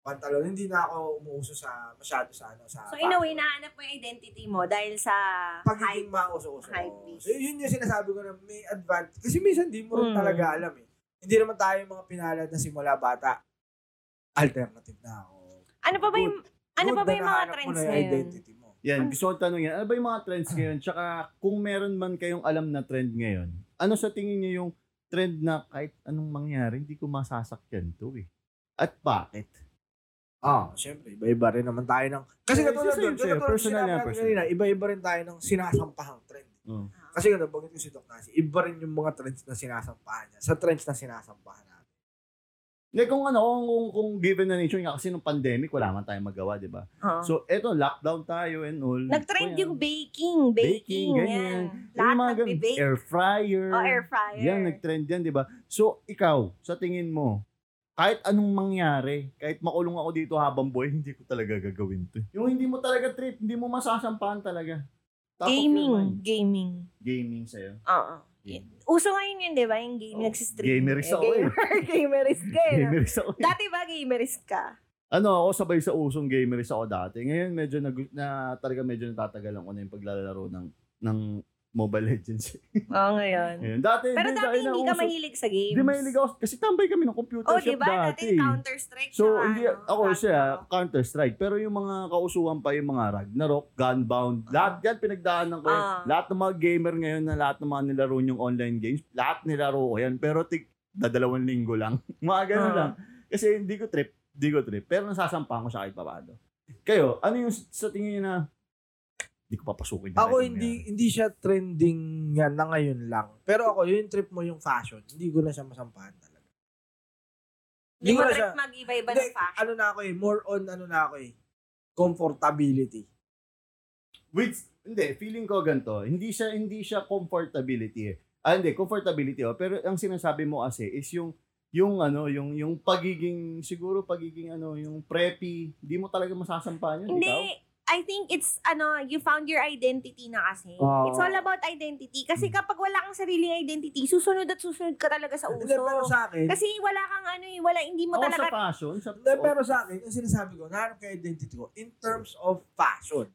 B: pantalon. Hindi na ako umuuso sa, masyado sa ano, sa
C: so in a way,
B: fashion
C: nahanap mo yung identity mo dahil sa
B: pagiging
C: hype.
B: mauso-uso.
C: High piece.
B: So, yun yung sinasabi ko na may advantage. Kasi minsan di mo rin
C: Mm.
B: talaga alam eh. Hindi naman tayo yung mga pinalad na simula bata. Alternative na ako.
C: Ano pa ba
B: Good.
C: yung, ano
B: Good
C: pa ba
B: na
C: yung mga
B: nahanap mo
C: trends
B: na yung
C: ngayon?
B: identity mo.
A: Yan, gusto kong tanong yan. Ano ba yung mga
C: Ah.
A: trends ngayon? Tsaka kung meron man kayong alam na trend ngayon, ano sa tingin niyo yung trend na kahit anong mangyari, hindi ko masasakyan to eh? At bakit?
B: Ah, syempre, iba-iba rin naman tayo ng... Kasi
A: Eh,
B: katulad
A: sa'yo,
B: doon,
A: sa'yo,
B: katulad ng
A: personal
B: sinabi
A: yan,
B: natin
A: personal.
B: kanina, iba-iba rin tayo ng sinasampahang trend.
A: Oh.
B: Kasi ganun, bakit ko si Doc Nasi, iba rin yung mga trends na sinasampahan niya sa trends na sinasampahan natin.
A: Like kung ano, kung, kung, kung given na nature nga, kasi nung pandemic, wala man tayong magawa, di ba?
C: Oo.
A: So, eto, lockdown tayo and all.
C: Ah. Nag-trend
A: Kaya-
C: yung baking. Baking,
A: Baking, ganyan.
C: yan.
A: Yung mga
C: Lahat
A: ganun,
C: nagbe-bake.
A: air fryer.
C: O air fryer.
A: Yan, nag-trend yan, di ba? So, ikaw, sa tingin mo, kahit anong mangyari, kahit makulong ako dito habang buhay, hindi ko talaga gagawin to. Yung hindi mo talaga trip, hindi mo masasampahan talaga. Top of your
C: gaming.
A: mind.
C: Gaming.
A: Gaming sa'yo.
C: Oo. Uso ngayon yun, di ba? Yung game, nagsistream.
A: Gameris Oh, ako eh.
C: gamer, gameris ka eh. no?
A: Gameris ako. eh.
C: Dati ba gameris ka?
A: Ano ako, sabay sa usong gameris ako dati. Ngayon medyo nag, na talaga medyo natatagalan ko na yung paglalaro ng ng Mobile Legends.
C: Oo, ngayon.
A: Ngayon, dati,
C: Pero
A: di,
C: dati
A: na
C: hindi ka
A: uso.
C: mahilig sa games.
A: Hindi mahilig ako. Kasi tambay kami ng computer
C: Oh,
A: shop
C: di ba?
A: dati.
C: Dati Counter-Strike
A: So,
C: na
A: hindi,
C: ano,
A: ako siya,
C: bago.
A: Counter-Strike. Pero yung mga kausuhan pa, yung mga Ragnarok, Gunbound, lahat yan pinagdaanan ko yan.
C: Ah.
A: Lahat ng mga gamer ngayon na lahat ng mga nilaro yung online games, lahat nilaro ko yan. Pero tig, dadalawang linggo lang. mga ganun
C: Ah.
A: lang. Kasi hindi ko trip, hindi ko trip. Pero nasasampahan ko siya kahit paano. Kayo, ano yung s- sa tingin niyo na hindi ko papasukin. na
B: Ako
A: kahit
B: hindi hindi siya trending yan na ngayon lang. Pero ako yung trip mo yung fashion, hindi ko na siya masampahan talaga.
C: Hindi mo
B: na
C: trip
B: siya-
C: mag-iba-iba
B: Hindi,
C: ng fashion.
B: ano na ako eh, more on ano na ako eh, comfortability.
A: Which, hindi, feeling ko ganito. Hindi siya, hindi siya comfortability eh. Ah, hindi, comfortability oh. Pero ang sinasabi mo kasi is yung, yung ano, yung, yung pagiging, siguro pagiging ano, yung preppy, hindi mo talaga masasampahan yun,
C: Hindi,
A: ikaw?
C: I think it's, ano, you found your identity na kasi.
B: Oo.
C: It's all about identity. Kasi
A: Hmm.
C: kapag wala kang sariling identity, susunod at susunod ka talaga sa
B: Hindi, pero
C: uso.
B: sa akin,
C: Kasi wala kang ano eh, wala, hindi mo
A: Ako sa
C: talaga,
A: fashion, sa,
B: hindi, pero sa akin, yung sinasabi ko, nahanap ka identity ko in terms of fashion.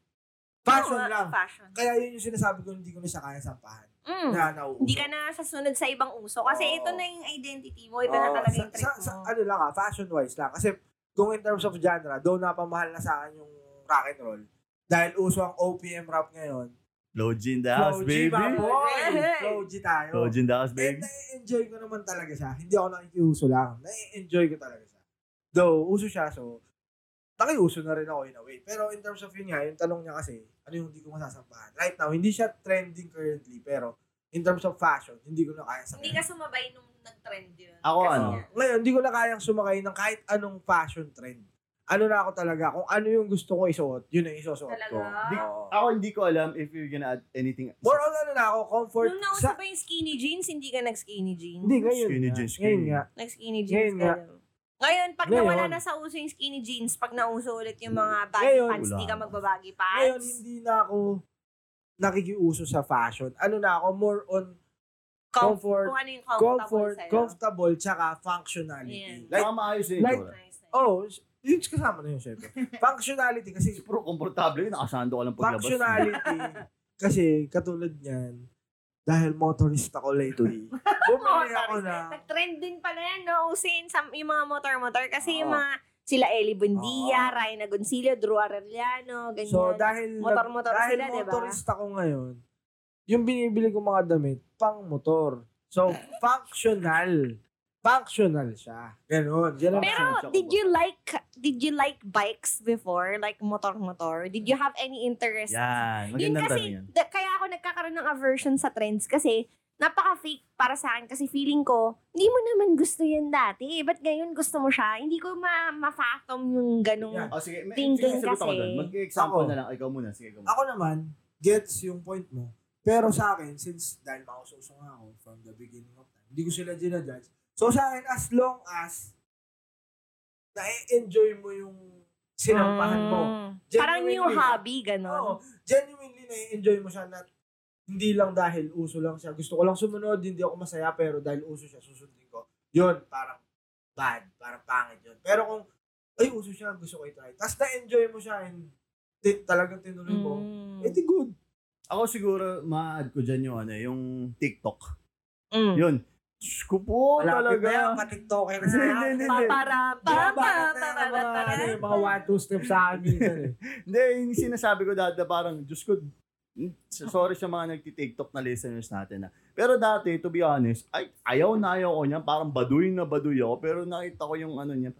B: Fashion
C: Oo,
B: lang.
C: Fashion.
B: Kaya yun yung sinasabi ko, hindi ko na siya kaya sampahan.
C: Mm.
B: Na nauuso.
C: Hindi ka na sasunod sa ibang uso. Kasi
B: Oo.
C: ito na yung identity mo. Ito na
B: Oo,
C: talaga
B: sa-
C: yung trip
B: sa- sa-
C: mo.
B: ano lang ah, fashion wise lang. Kasi kung in terms of genre, doon napamahal na sa akin yung rock and roll. Dahil uso ang OPM rap ngayon.
A: low in the house,
B: Flow G,
A: baby.
B: ba boy?
C: Hey!
B: Flow G tayo.
A: Low in the house,
B: And
A: baby.
B: nai-enjoy ko naman talaga siya. Hindi ako nakikiuso lang. Nai-enjoy ko talaga siya. Though, uso siya, so, nakiuso na rin ako in a way. Pero in terms of yun nga, yung tanong niya kasi, ano yung hindi ko masasampahan? Right now, hindi siya trending currently, pero in terms of fashion, hindi ko na kaya sa
C: Hindi ka sumabay nung nag-trend yun.
A: Ako
C: Kasi
A: ano?
C: nga.
B: ngayon, hindi ko na kayang sumakay ng kahit anong fashion trend. Ano na ako talaga, kung ano yung gusto ko isuot, yun ang isusuot ko.
C: Talaga?
A: Di-
B: Oo.
A: Ako hindi ko alam if you're gonna add anything.
B: More on ano na ako, comfort.
C: Nung nausap pa yung skinny jeans, hindi ka nag-skinny jeans.
B: hindi, ngayon.
A: Skinny
B: nga.
A: jeans,
B: Ngayon
A: skinny.
B: nga.
C: Nag-skinny jeans
B: Ngayon
C: ka
B: nga.
C: daw. Ngayon, pag
B: Ngayon.
C: nawala na sa uso yung skinny jeans, pag nauso ulit yung mga baggy
B: Ngayon,
C: pants,
A: wala
C: hindi ka
A: na.
C: magbabaggy
B: Ngayon,
C: pants.
B: hindi na ako nakikiuso sa fashion. Ano na ako, more on
C: Comf-
B: comfort,
C: kung ano yung comfortable
B: comfort,
C: sa'yo.
B: comfortable, tsaka functionality.
C: Yeah.
A: Like,
B: Like,
A: Baka maayos yung
B: like-
A: itsura.
C: Nice, nice.
B: oh, yun kasama na yun, syempre. functionality, kasi
A: Pero komportable yun, nakasando ka lang paglabas.
B: functionality, kasi katulad niyan, dahil motorist ako lately, bumili ako ng
C: Nag-trend din pala yan, no? Usin sa, yung mga motor-motor. Kasi yung
B: Oo.
C: mga sila Eli Buendia,
B: Oo.
C: Ryan Agoncillo, Drew Arellano, ganyan.
B: Ah. So dahil
C: Motor-motor
B: dahil
C: sila, diba?
B: motorista ko ngayon, yung binibili ko mga damit pang motor. So functional. Functional siya. Ganun. Ganun
A: Pero-
B: siya.
A: Siya ko
C: Did
A: ba?
C: you like did you like bikes before? Like motor-motor? Did you have any interest?
A: Yan,
C: Yun
A: magandang
C: kasi,
A: tanong yan.
C: da- kaya ako nagkakaroon ng aversion sa trends kasi napaka-fake para sa akin kasi feeling ko, hindi mo naman gusto yan dati. eh. Ba't ngayon gusto mo siya? Hindi ko ma- ma-fathom yung ganung...
B: Yeah.
A: Oh, sige, may,
C: Thinking
A: sige, sagot ako
C: kasi.
A: doon. Mag-example
B: Ako.
A: na lang. Ikaw muna, sige. Ikaw muna.
B: Ako naman, gets yung point mo. Pero sa akin, since dahil makasusong nga ako from the beginning of time, hindi ko sila ginajudge. So sa akin, as long as na-enjoy mo yung sinampahan mo.
C: Mm. Parang new
B: Genuinely.
C: hobby, Mm.
B: Oo.
C: gano'n.
B: Genuinely na-enjoy mo siya na hindi lang dahil uso lang siya. Gusto ko lang sumunod, hindi ako masaya, pero dahil uso siya, susundin ko. Yun, parang bad, parang pangit yun. Pero kung, ay, uso siya, gusto ko i-try. Tapos na-enjoy mo siya and ti- talagang tinuloy mo,
C: Mm.
B: eh, di good.
A: Ako siguro, ma-add ko dyan yung, ano, yung TikTok.
C: Mm.
A: Yun. Diyos ko po
B: Malapit na yan,
A: talaga.
B: patiktoker na.
A: Hindi, hindi, hindi, hindi.
C: Papara,
B: Bakit
C: pam, pam,
B: na
C: pam,
B: yan, mga,
C: pam,
B: ano,
C: pam.
B: yung mga one, two steps sa akin minsan eh.
A: Hindi, yung sinasabi ko dati, parang, Diyos ko, mm, sorry sa mga nagti-TikTok na listeners natin. Na. Pero dati, to be honest, ay, ayaw na ayaw ko niyan. Parang baduy na baduy ako. Pero nakita ko yung ano niya.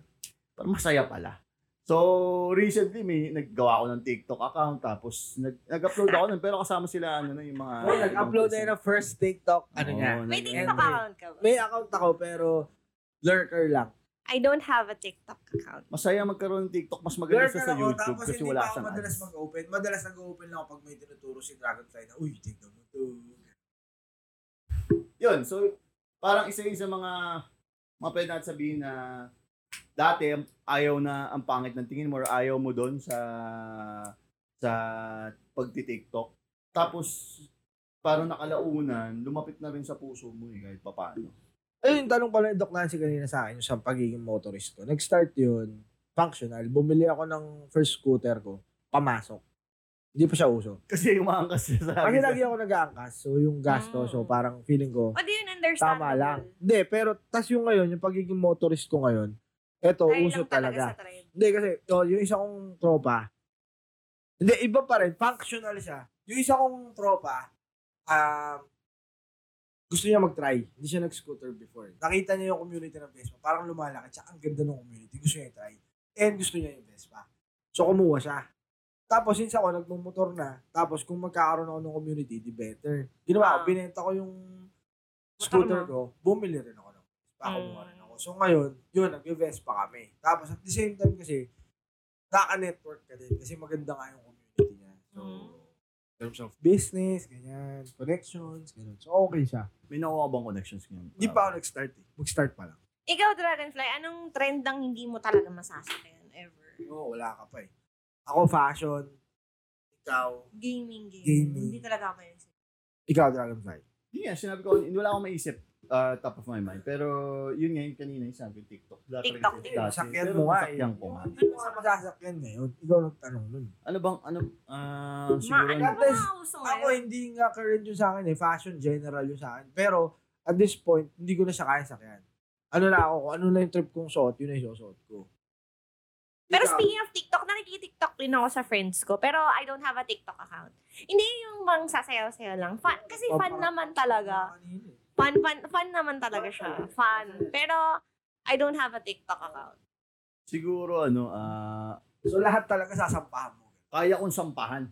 A: Parang masaya pala. So, recently, may naggawa ako ng TikTok account. Tapos, nag- nag-upload ako nun. Pero kasama sila, ano na, yung mga...
B: Well, Oh, nag-upload na yun ng first TikTok. Ano
A: Oo,
B: niya?
C: May
A: nag-
C: TikTok account ka ba?
B: May account ako, pero lurker lang.
C: I don't have a TikTok account.
A: Masaya magkaroon ng TikTok, mas maganda
B: Girl
A: siya
B: na
A: sa
B: ako,
A: YouTube
B: tapos
A: kasi
B: hindi
A: wala
B: pa ako
A: siyang
B: madalas
A: ads.
B: mag-open. Madalas nag-open lang ako pag may tinuturo si Dragonfly na, uy, tignan mo to.
A: Yun, so parang isa yun sa mga mga pwede natin sabihin na dati ang- ayaw na ang pangit ng tingin mo or ayaw mo doon sa sa pagti-TikTok. Tapos parang nakalaunan, lumapit na rin sa puso mo eh, kahit papaano.
B: Ayun, yung tanong pala ni Doc Nancy kanina sa akin sa pagiging motorist ko. Nag-start yun, functional. Bumili ako ng first scooter ko, pamasok. Hindi pa siya uso.
A: Kasi umaangkas siya sa
B: Kasi lagi ako nag-aangkas. So, yung gasto.
C: Mm.
B: So, parang feeling ko,
C: O, do you understand?
B: tama lang. Hindi, pero tas yung ngayon, yung pagiging motorist ko ngayon, eto, uso talaga.
C: sa trend.
B: Hindi kasi, oh, yung isa kong tropa, hindi, iba pa rin, functional siya. Yung isa kong tropa, um, gusto niya mag-try. Hindi siya nag-scooter before. Nakita niya yung community ng Vespa. Parang lumalaki. Tsaka ang ganda ng community. Gusto niya i-try. And gusto niya yung Vespa. So, kumuha siya. Tapos, since ako nagmumotor na, tapos kung magkakaroon ako ng community, di better. Ginawa, ko,
C: Ah.
B: binenta ko yung scooter
C: mo.
B: ko, bumili rin ako ng Vespa.
C: Mm.
B: Kumuha rin ako. So, ngayon, yun, nag-Vespa kami. Tapos, at the same time kasi, naka-network ka din kasi maganda nga yung community niya. So,
C: Mm.
B: in terms of business, ganyan, connections, ganyan. So, okay siya.
A: May nakuha bang connections ngayon?
B: Hindi pa ako nag-start eh. Mag-start pa lang.
C: Ikaw, Dragonfly, anong trend ang hindi mo talaga masasakyan ever?
B: Oo, wala ka pa eh. Ako, fashion. Ikaw.
C: Gaming, gaming.
B: Gaming.
C: Hindi talaga ako yun.
B: Ikaw, Dragonfly.
A: Hindi nga, sinabi ko, wala akong maisip uh, top of my mind. Pero yun nga yung kanina yung sabi ko, TikTok. Wala pa rin
C: TikTok
A: kasi
C: din.
A: dati.
B: Eh, Sakyan
A: Pero
B: mo nga eh.
A: nasakyan ko nga.
B: Hindi mo nga masasakyan ngayon. Ikaw nagtanong nun.
A: Ano bang, ano, ah,
C: Ma,
A: siguro,
C: ano
A: ano,
B: Siguro-
C: ba mga uso
B: Ako,
C: ngayon?
B: hindi nga current yun sa akin eh. Fashion general yun sa akin. Pero, at this point, hindi ko na siya kaya sakyan. Ano na ako, kung ano na yung trip kong suot, yun na yung susuot ko.
C: Pero
B: Ikaw.
C: speaking of TikTok, nakikitiktok rin ako sa friends ko. Pero I don't have a TikTok account. Hindi yung mang sasayaw-sayaw lang. Fun, kasi
B: Oh,
C: fun
B: parang-
C: naman talaga.
B: Kanina eh.
C: Fun, fun, fun naman talaga siya. Fun. Pero I don't have a TikTok account.
A: siguro, ano, ah,
B: So, lahat talaga sasampahan mo.
A: kaya kong sampahan.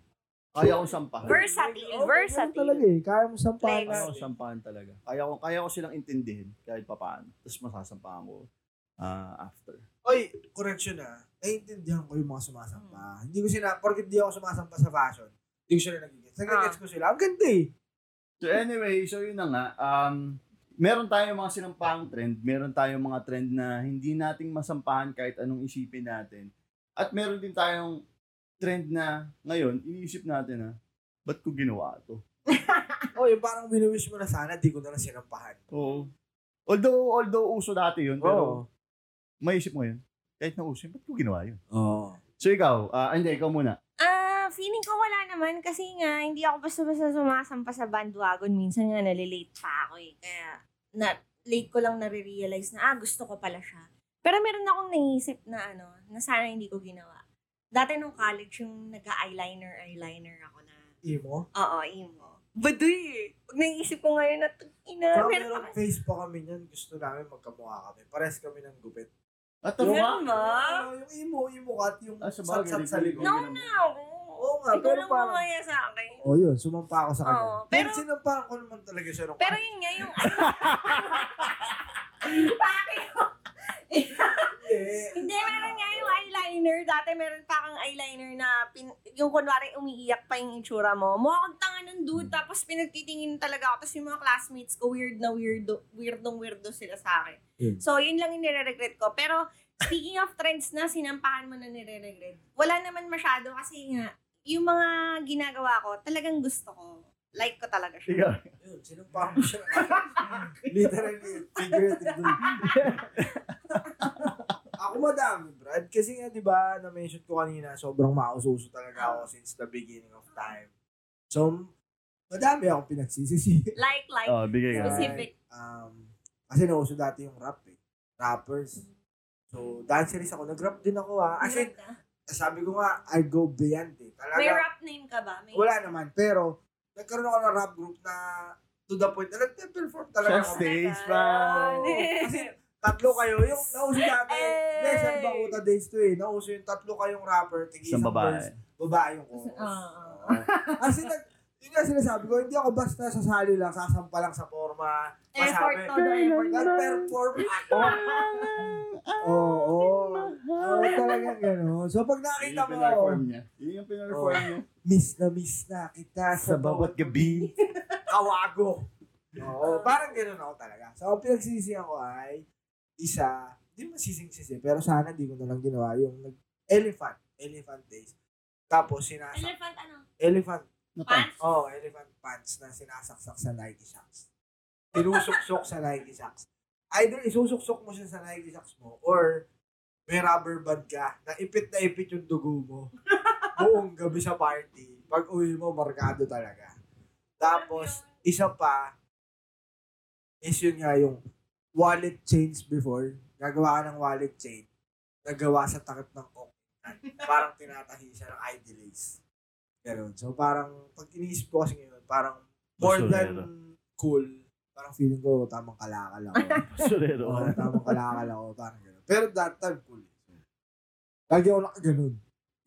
A: Kaya kong sampahan.
C: Verse- Versatile,
B: Oo, ganun
C: versatile.
B: talaga eh. Kaya mo sampahan
C: Flex.
A: Kaya
B: lahat
A: kong sampahan talaga. Kaya ko, kaya ko silang intindihin kahit papaano. Tapos masasampahan ko ah, after.
B: Oy, correction ah. Naiintindihan ko yung mga sumasampa. Hindi ko sila, porkit hindi ako sumasampa sa fashion, hindi ko sila nagigets. Nagigets
C: Ah.
B: ko sila. Ang ganda eh.
A: So anyway, so yun na nga. Um, meron tayong mga sinampahang trend. Meron tayong mga trend na hindi nating masampahan kahit anong isipin natin. At meron din tayong trend na ngayon, iniisip natin na, ba't ko ginawa to?
B: Oh, yung parang wini-wish mo na sana, di ko na lang sinampahan.
A: Oo. Although, although uso dati yun, pero
B: Pero,
A: maisip mo yun. Kahit na uso yun, ba't ko ginawa yun?
B: oh.
A: So ikaw, ah, hindi, ikaw muna.
C: Ah, feeling ko wala naman kasi nga hindi ako basta-basta sumasampa sa bandwagon. Minsan nga nalilate pa ako eh. Kaya na, late ko lang nare-realize na ah, gusto ko pala siya. Pero meron akong naisip na ano, na sana hindi ko ginawa. Dati nung college yung nag-eyeliner, eyeliner ako na,
B: Imo?
C: oo, emo. Baduy eh. Pag naisip ko ngayon na, ina,
B: Parang
C: meron
B: merong
C: pa.
B: face pa kami niyan. Gusto namin magkamukha kami. Pares kami ng gupit. ano,
A: At
C: Yung-
A: nga,
C: Ganun ba?
B: Yung, yung imo, imo kat, yung
A: Ah, sa bagay,
B: satsat sa
A: hindi ko-
B: likod.
C: No, no.
B: Oo nga,
C: Ikaw
B: pero
C: lang
B: parang-
C: mamaya sa akin.
B: Oh, yun. Sumampa ako sa kanya.
C: Oo,
B: pero,
C: pero-
B: sinampahan ko naman talaga siya. nung-
C: Pero yun nga yung... Bakit?
B: Hindi.
C: Hindi, meron nga yung eyeliner. Dati meron pa akong eyeliner na pin, yung kunwari umiiyak pa yung itsura mo. Mukha akong tanga ng dude, tapos pinagtitingin talaga ako. Tapos yung mga classmates ko, weird na weirdo, weirdong weirdo sila sa akin.
B: Hmm.
C: So, yun lang yung nire-regret ko. Pero, speaking of trends na sinampahan mo na nire-regret, wala naman masyado kasi nga, yung mga ginagawa ko, talagang gusto ko. Like ko talaga siya.
A: ikaw.
B: Yun, sinampahan ko siya. Literally, figuratively. ako madami, Brad. Kasi nga, di ba, na-mention ko kanina, sobrang maususo talaga ako since the beginning of time. So, madami akong pinagsisisi.
C: Like, like.
A: Oh, bigay ka.
C: Specific.
B: Um, kasi nauso dati yung rap eh. Rappers. So, danceries ako. Nag-rap din ako ha. As in, sabi ko nga, I go beyond eh. Talaga,
C: May rap name ka ba? May...
B: wala naman. Pero, nagkaroon ako ng rap group na to the point na nag-perform talaga
A: Just
B: ako.
A: Stage
C: Ganon.
B: tatlo kayo, yung nauso dati.
C: Hey!
B: Hindi, sa Bakuta Days to eh. Nauso yung tatlo kayong rapper, tigi
A: Isang
B: isang
A: babae.
B: verse, babae yung chorus.
C: Ah.
B: Oo. Kasi nag, yun nga sinasabi ko, hindi ako basta sasali lang, sasampa lang sa forma,
C: Effort
B: masabi,
C: to the effort.
B: nag-perform ako. Oo, oo. Oo, talaga gano'n. So pag
A: Yun
B: nakita
A: yung
B: mo, oh,
A: pinarform niya. Yun yung pinarform niya.
B: miss na miss na kita
A: Sa bawat gabi.
B: kawago. Oo, parang ganun ako talaga. So, ang pinagsisihan ko ay isa, di masising-sisi, pero sana di ko na lang ginawa yung nag- elephant, elephant days. Tapos sinasa,
C: Elephant ano?
B: elephant
A: Na pa-
C: Pants?
B: Oh, elephant pants na sinasaksak sa Nike socks. Sinusuksok sa Nike socks. Either isusuksok mo siya sa Nike socks mo or may rubber band ka na ipit na ipit yung dugo mo buong gabi sa party. Pag uwi mo, markado talaga. Tapos, isa pa is yun nga yung wallet chains before. Gagawa ka ng wallet chain nagawa sa takip ng okyan. Parang tinatahi siya ng eye delays. Ganun. So parang, pag iniisip ko kasi ngayon, parang more
A: Basurero.
B: than cool, parang feeling ko tamang kalakal ako.
A: Basurero.
B: Oo, tamang kalakal ako. Parang ganun. Pero that time, cool. Lagi ako nakaganon.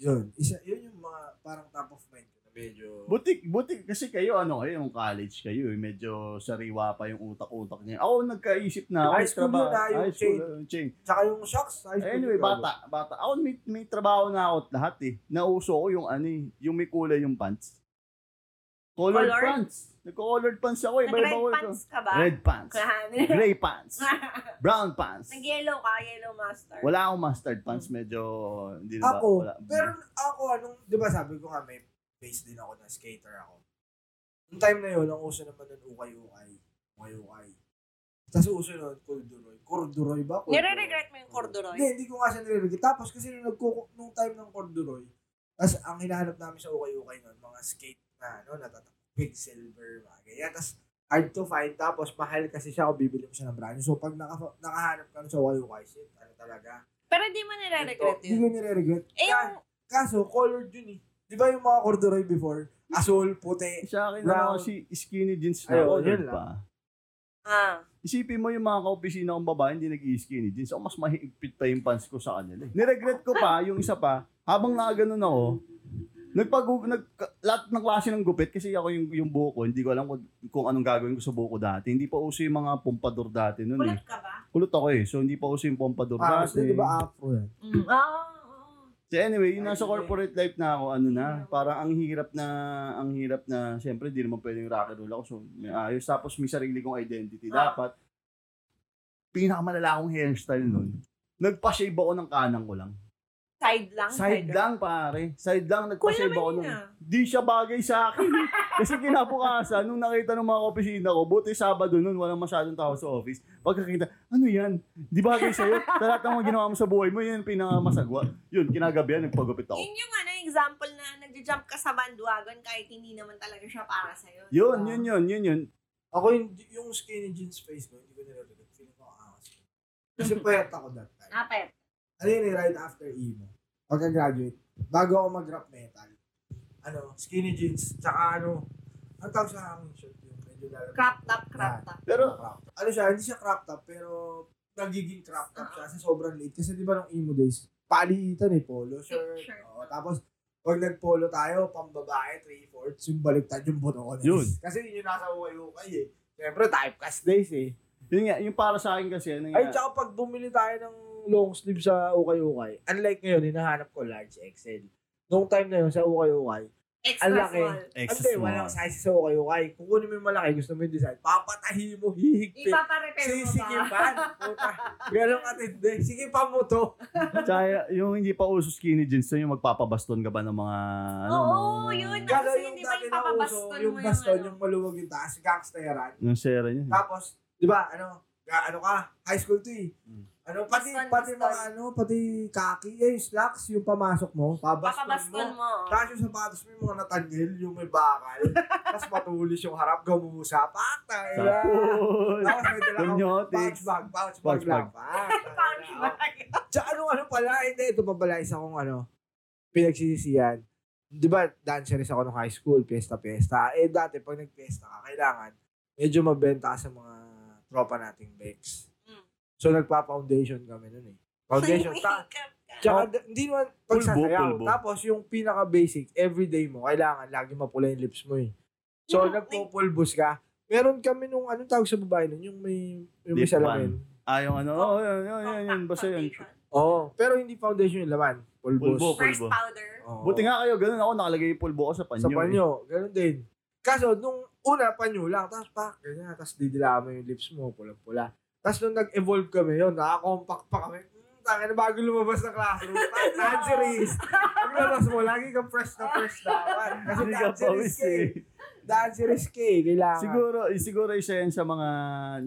B: Yun. Isa, yun yung mga parang top of mind ko na medyo...
A: Butik, butik kasi kayo ano kayo, yung college kayo, eh, medyo sariwa pa yung utak-utak niya. Ako nagkaisip na ako,
B: High school
A: trabaho-
B: yun ah, yung
A: high school,
B: chain.
A: ah, yung chain.
B: Tsaka yung shocks. high school
A: Anyway,
B: yung gago.
A: bata, bata. Ako may, may trabaho na ako at lahat eh. Nauso ko yung ano eh, yung may kulay yung pants. Colored,
C: Colored?
A: pants. Nagko-colored pants ako, iba
C: Nag-red
A: iba ko.
C: pants ka ba?
A: Red pants. Gray pants. Brown pants.
C: Nag-yellow ka, yellow master.
A: Wala akong mustard pants, medyo hindi na ba-
B: Ako,
A: wala. Mm.
B: pero ako, anong, di ba sabi ko nga, may base din ako na skater ako. Noong time na yun, ang uso naman nun, ukay-ukay. Ukay-ukay. Tapos uso nun, corduroy. Corduroy ba? Corduroy.
C: Nire-regret mo yung corduroy?
B: Hindi, hindi ko nga siya nire-regret. Tapos kasi nung, nagkuku- nung time ng corduroy, tapos ang hinahanap namin sa ukay-ukay nun, mga skate na, ano, natatak, big silver, mga ganyan. Tapos, hard to find. Tapos, mahal kasi siya kung bibili mo siya ng brand. new. So, pag naka, nakahanap ka nun sa ukay-ukay, shit, ano talaga.
C: Pero hindi mo nire-regret
B: Ito, Hindi
C: yun.
B: ko nire-regret.
C: Eh,
B: Kaya-
C: yung,
B: Kaso, colored yun eh. Di ba yung mga corduroy before? Asul, puti.
A: sa akin
B: Brown.
A: ano kasi skinny jeans na
B: Ayun,
A: colored
B: yun lang.
A: pa.
C: ah,
A: Isipin mo yung mga kaopisina kong babae, hindi nag-i-skinny jeans. Ako mas mahigpit pa yung pants ko sa kanila. eh. Niregret ko pa, yung isa pa, habang nakaganon ako, nagpag nag, lahat ng klase ng gupit kasi ako yung, yung buho ko, hindi ko alam kung, kung anong gagawin ko sa buho ko dati. Hindi pa uso yung mga pompadour dati noon eh.
C: kulat ka ba?
A: Kulot ako eh, so hindi pa uso yung pompadour
B: Ah,
A: dati.
B: di ba afro yan?
C: Mm. Oo. oo.
A: So anyway, yung nasa
B: Ay,
A: corporate life na ako, ano na, parang ang hirap na, ang hirap na, siyempre, di naman pwedeng rock and roll ako. So, may ayos. Tapos, may sarili kong identity.
C: Ah.
A: Dapat, pinakamalala kong hairstyle nun, nagpa-shave ako ng kanang ko lang.
C: Side lang?
A: Side lang, pare. Side lang,
C: Cool
A: nagpa-shave ako
C: naman yun
A: nun.
C: ah.
A: Di siya bagay sa akin. Kasi kinabukasan, nung nakita ng mga opisina ko, buti Sabado nun, walang masyadong tao sa office. Pagkakita, ano yan? Di bagay sa'yo? Sa lahat ng mga ginawa mo sa buhay mo, yan ang pinakamasagwa. Yun, kinagabihan, nagpagupit ako.
C: Yun yung ano, example na nagja-jump ka sa bandwagon kahit hindi naman talaga siya para sa'yo.
A: Yun,
B: Ah.
A: yun, yun, yun, yun.
B: Ako yung, yung skinny jeans face ko, hindi ko nire-regret. Feeling ko ang angas ko. Kasi payat ako that time.
C: Napet.
B: Ano yun eh, right after emo. Pagka-graduate, bago ako mag-rap metal, ano, skinny jeans, tsaka ano, ang tawag sa hanging shirt yung medyo lalo.
C: Crop
A: Ah.
C: top, crop top.
A: Pero,
B: Ano siya, hindi siya crop top, pero nagiging crop top siya kasi sobrang late. Kasi di ba nung emo days, palitan eh, polo shirt.
C: Shirt.
B: Oo, tapos, pag nagpolo tayo, pambabae, 3-4, yung baliktad yung botones.
A: Yun.
B: Kasi yun yung nasa ukay-ukay eh. Siyempre, typecast days eh.
A: yun nga, yung para sa akin kasi, ano
B: Ay,
A: nga,
B: tsaka pag bumili tayo ng long sleeve sa ukay-ukay, unlike ngayon, hinahanap ko large XL. Noong time na yun, sa ukay-ukay,
C: Extra
B: Ang laki.
C: small.
B: hindi, walang size sa ukay-ukay. Kukunin mo yung malaki, gusto mo yung design, papatahi mo, hihigpit.
C: Ipaparepair mo ba?
B: Sisikipan. Puta. Ganun katindi. Sikipan mo to.
C: Ano
A: Tsaya, yung hindi pa uso skinny jeans, so yung magpapabaston ka ba ng mga, ano,
C: Oo,
A: mga-
C: yun.
B: Kaya
C: Kasi
B: yung
C: di ba
B: dati na uso,
C: ipapabaston
B: yung
C: mo yung
B: baston,
C: ano?
B: yung maluwag yung taas, gangsteran.
A: Yung sera niya.
B: Tapos, di ba, ano, ga, ano ka, high school to eh.
A: Mm.
B: Ano, pati,
C: Baston,
B: pati
C: baston.
B: mga ano, pati kaki, eh, yung slacks, yung pamasok mo, pabaston,
C: Papabaston
B: mo.
C: mo.
B: Tapos yung sapatos mo, yung mga natangil, yung may bakal. Tapos patulis yung harap, gamusa. Pakta, eh.
A: Tapos,
B: Tapos may
A: yung
B: dalang pouch
A: nyotics.
B: bag, pouch bag
A: Pouch
B: lang. Pakta,
C: Punch
B: eh.
C: bag.
B: Tsaka ano, ano pala, hindi, ito pa pala isa kong ano, pinagsisisihan. Di ba, dancerist ako nung high school, piyesta-piyesta. Eh, dati, pag nagpiyesta ka, kailangan, medyo mabenta ka sa mga tropa nating bikes.
C: Mm.
B: So, nagpa-foundation kami nun eh. Foundation.
C: May
B: Ta-
C: makeup ka.
B: tsaka, d- hindi naman pagsasayaw.
A: pulbo.
B: Tapos, yung pinaka-basic, everyday mo, kailangan lagi mapula yung lips mo eh. So,
C: Yeah,
B: nagpo-pulbos ka. Meron kami nung, anong tawag sa babae nun? Yung may, yung may
A: Lip balm.
B: salamin.
A: Ah, yung ano, oh, yun, yun, yun, yun,
C: Compact
A: basta yun.
C: foundation.
B: Oo. Pero hindi foundation yung laman. Pulbos.
A: Pulbo.
C: First
A: Pulbo.
C: powder.
B: Oo.
A: Buti nga kayo, ganun ako, nakalagay yung pulbo ko sa panyo.
B: Sa panyo, ganun din. Kaso, nung una, panyo lang, tapos pak, ganyan, tapos didila mo yung lips mo, pulang-pula. Tapos nung nag-evolve kami, yun, nakakompact pa kami, mm, tangin na bago lumabas ng classroom. tang- Tangerines. Paglabas mo, lagi kang fresh na fresh dapat. Kasi
A: Hindi ka
B: tangerines
A: pawis
B: ka eh.
A: eh.
B: Tangerines ka eh. Kailangan.
A: Siguro, siguro isa yan sa mga,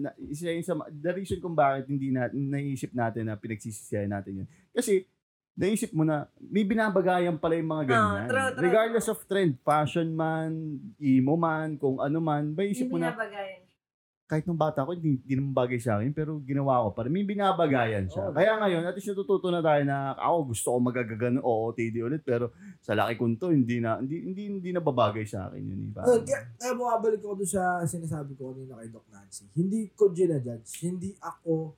A: na- isa yan sa, ma- the reason kung bakit hindi na, naisip natin na pinagsisisihan natin yun. Kasi, naisip mo na, may binabagayan pala yung mga
C: Ah,
A: ganyan.
C: true, true,
A: Regardless of trend, fashion man, emo man, kung ano man, may isip mo na,
C: binabagayan.
A: kahit nung bata ko, hindi, hindi naman bagay sa akin, pero ginawa ko pa rin. May binabagayan siya.
B: Oo.
A: Kaya ngayon, at least natututo na tayo na, ako gusto ko magagagan ng OOTD ulit, pero sa laki kong to, hindi na, hindi, hindi, hindi na babagay sa akin yun. eh.
B: Oh,
A: Parang-
B: kaya, kaya bumabalik ako doon sa sinasabi ko kanina kay Doc Nancy. Hindi ko ginajudge. Hindi ako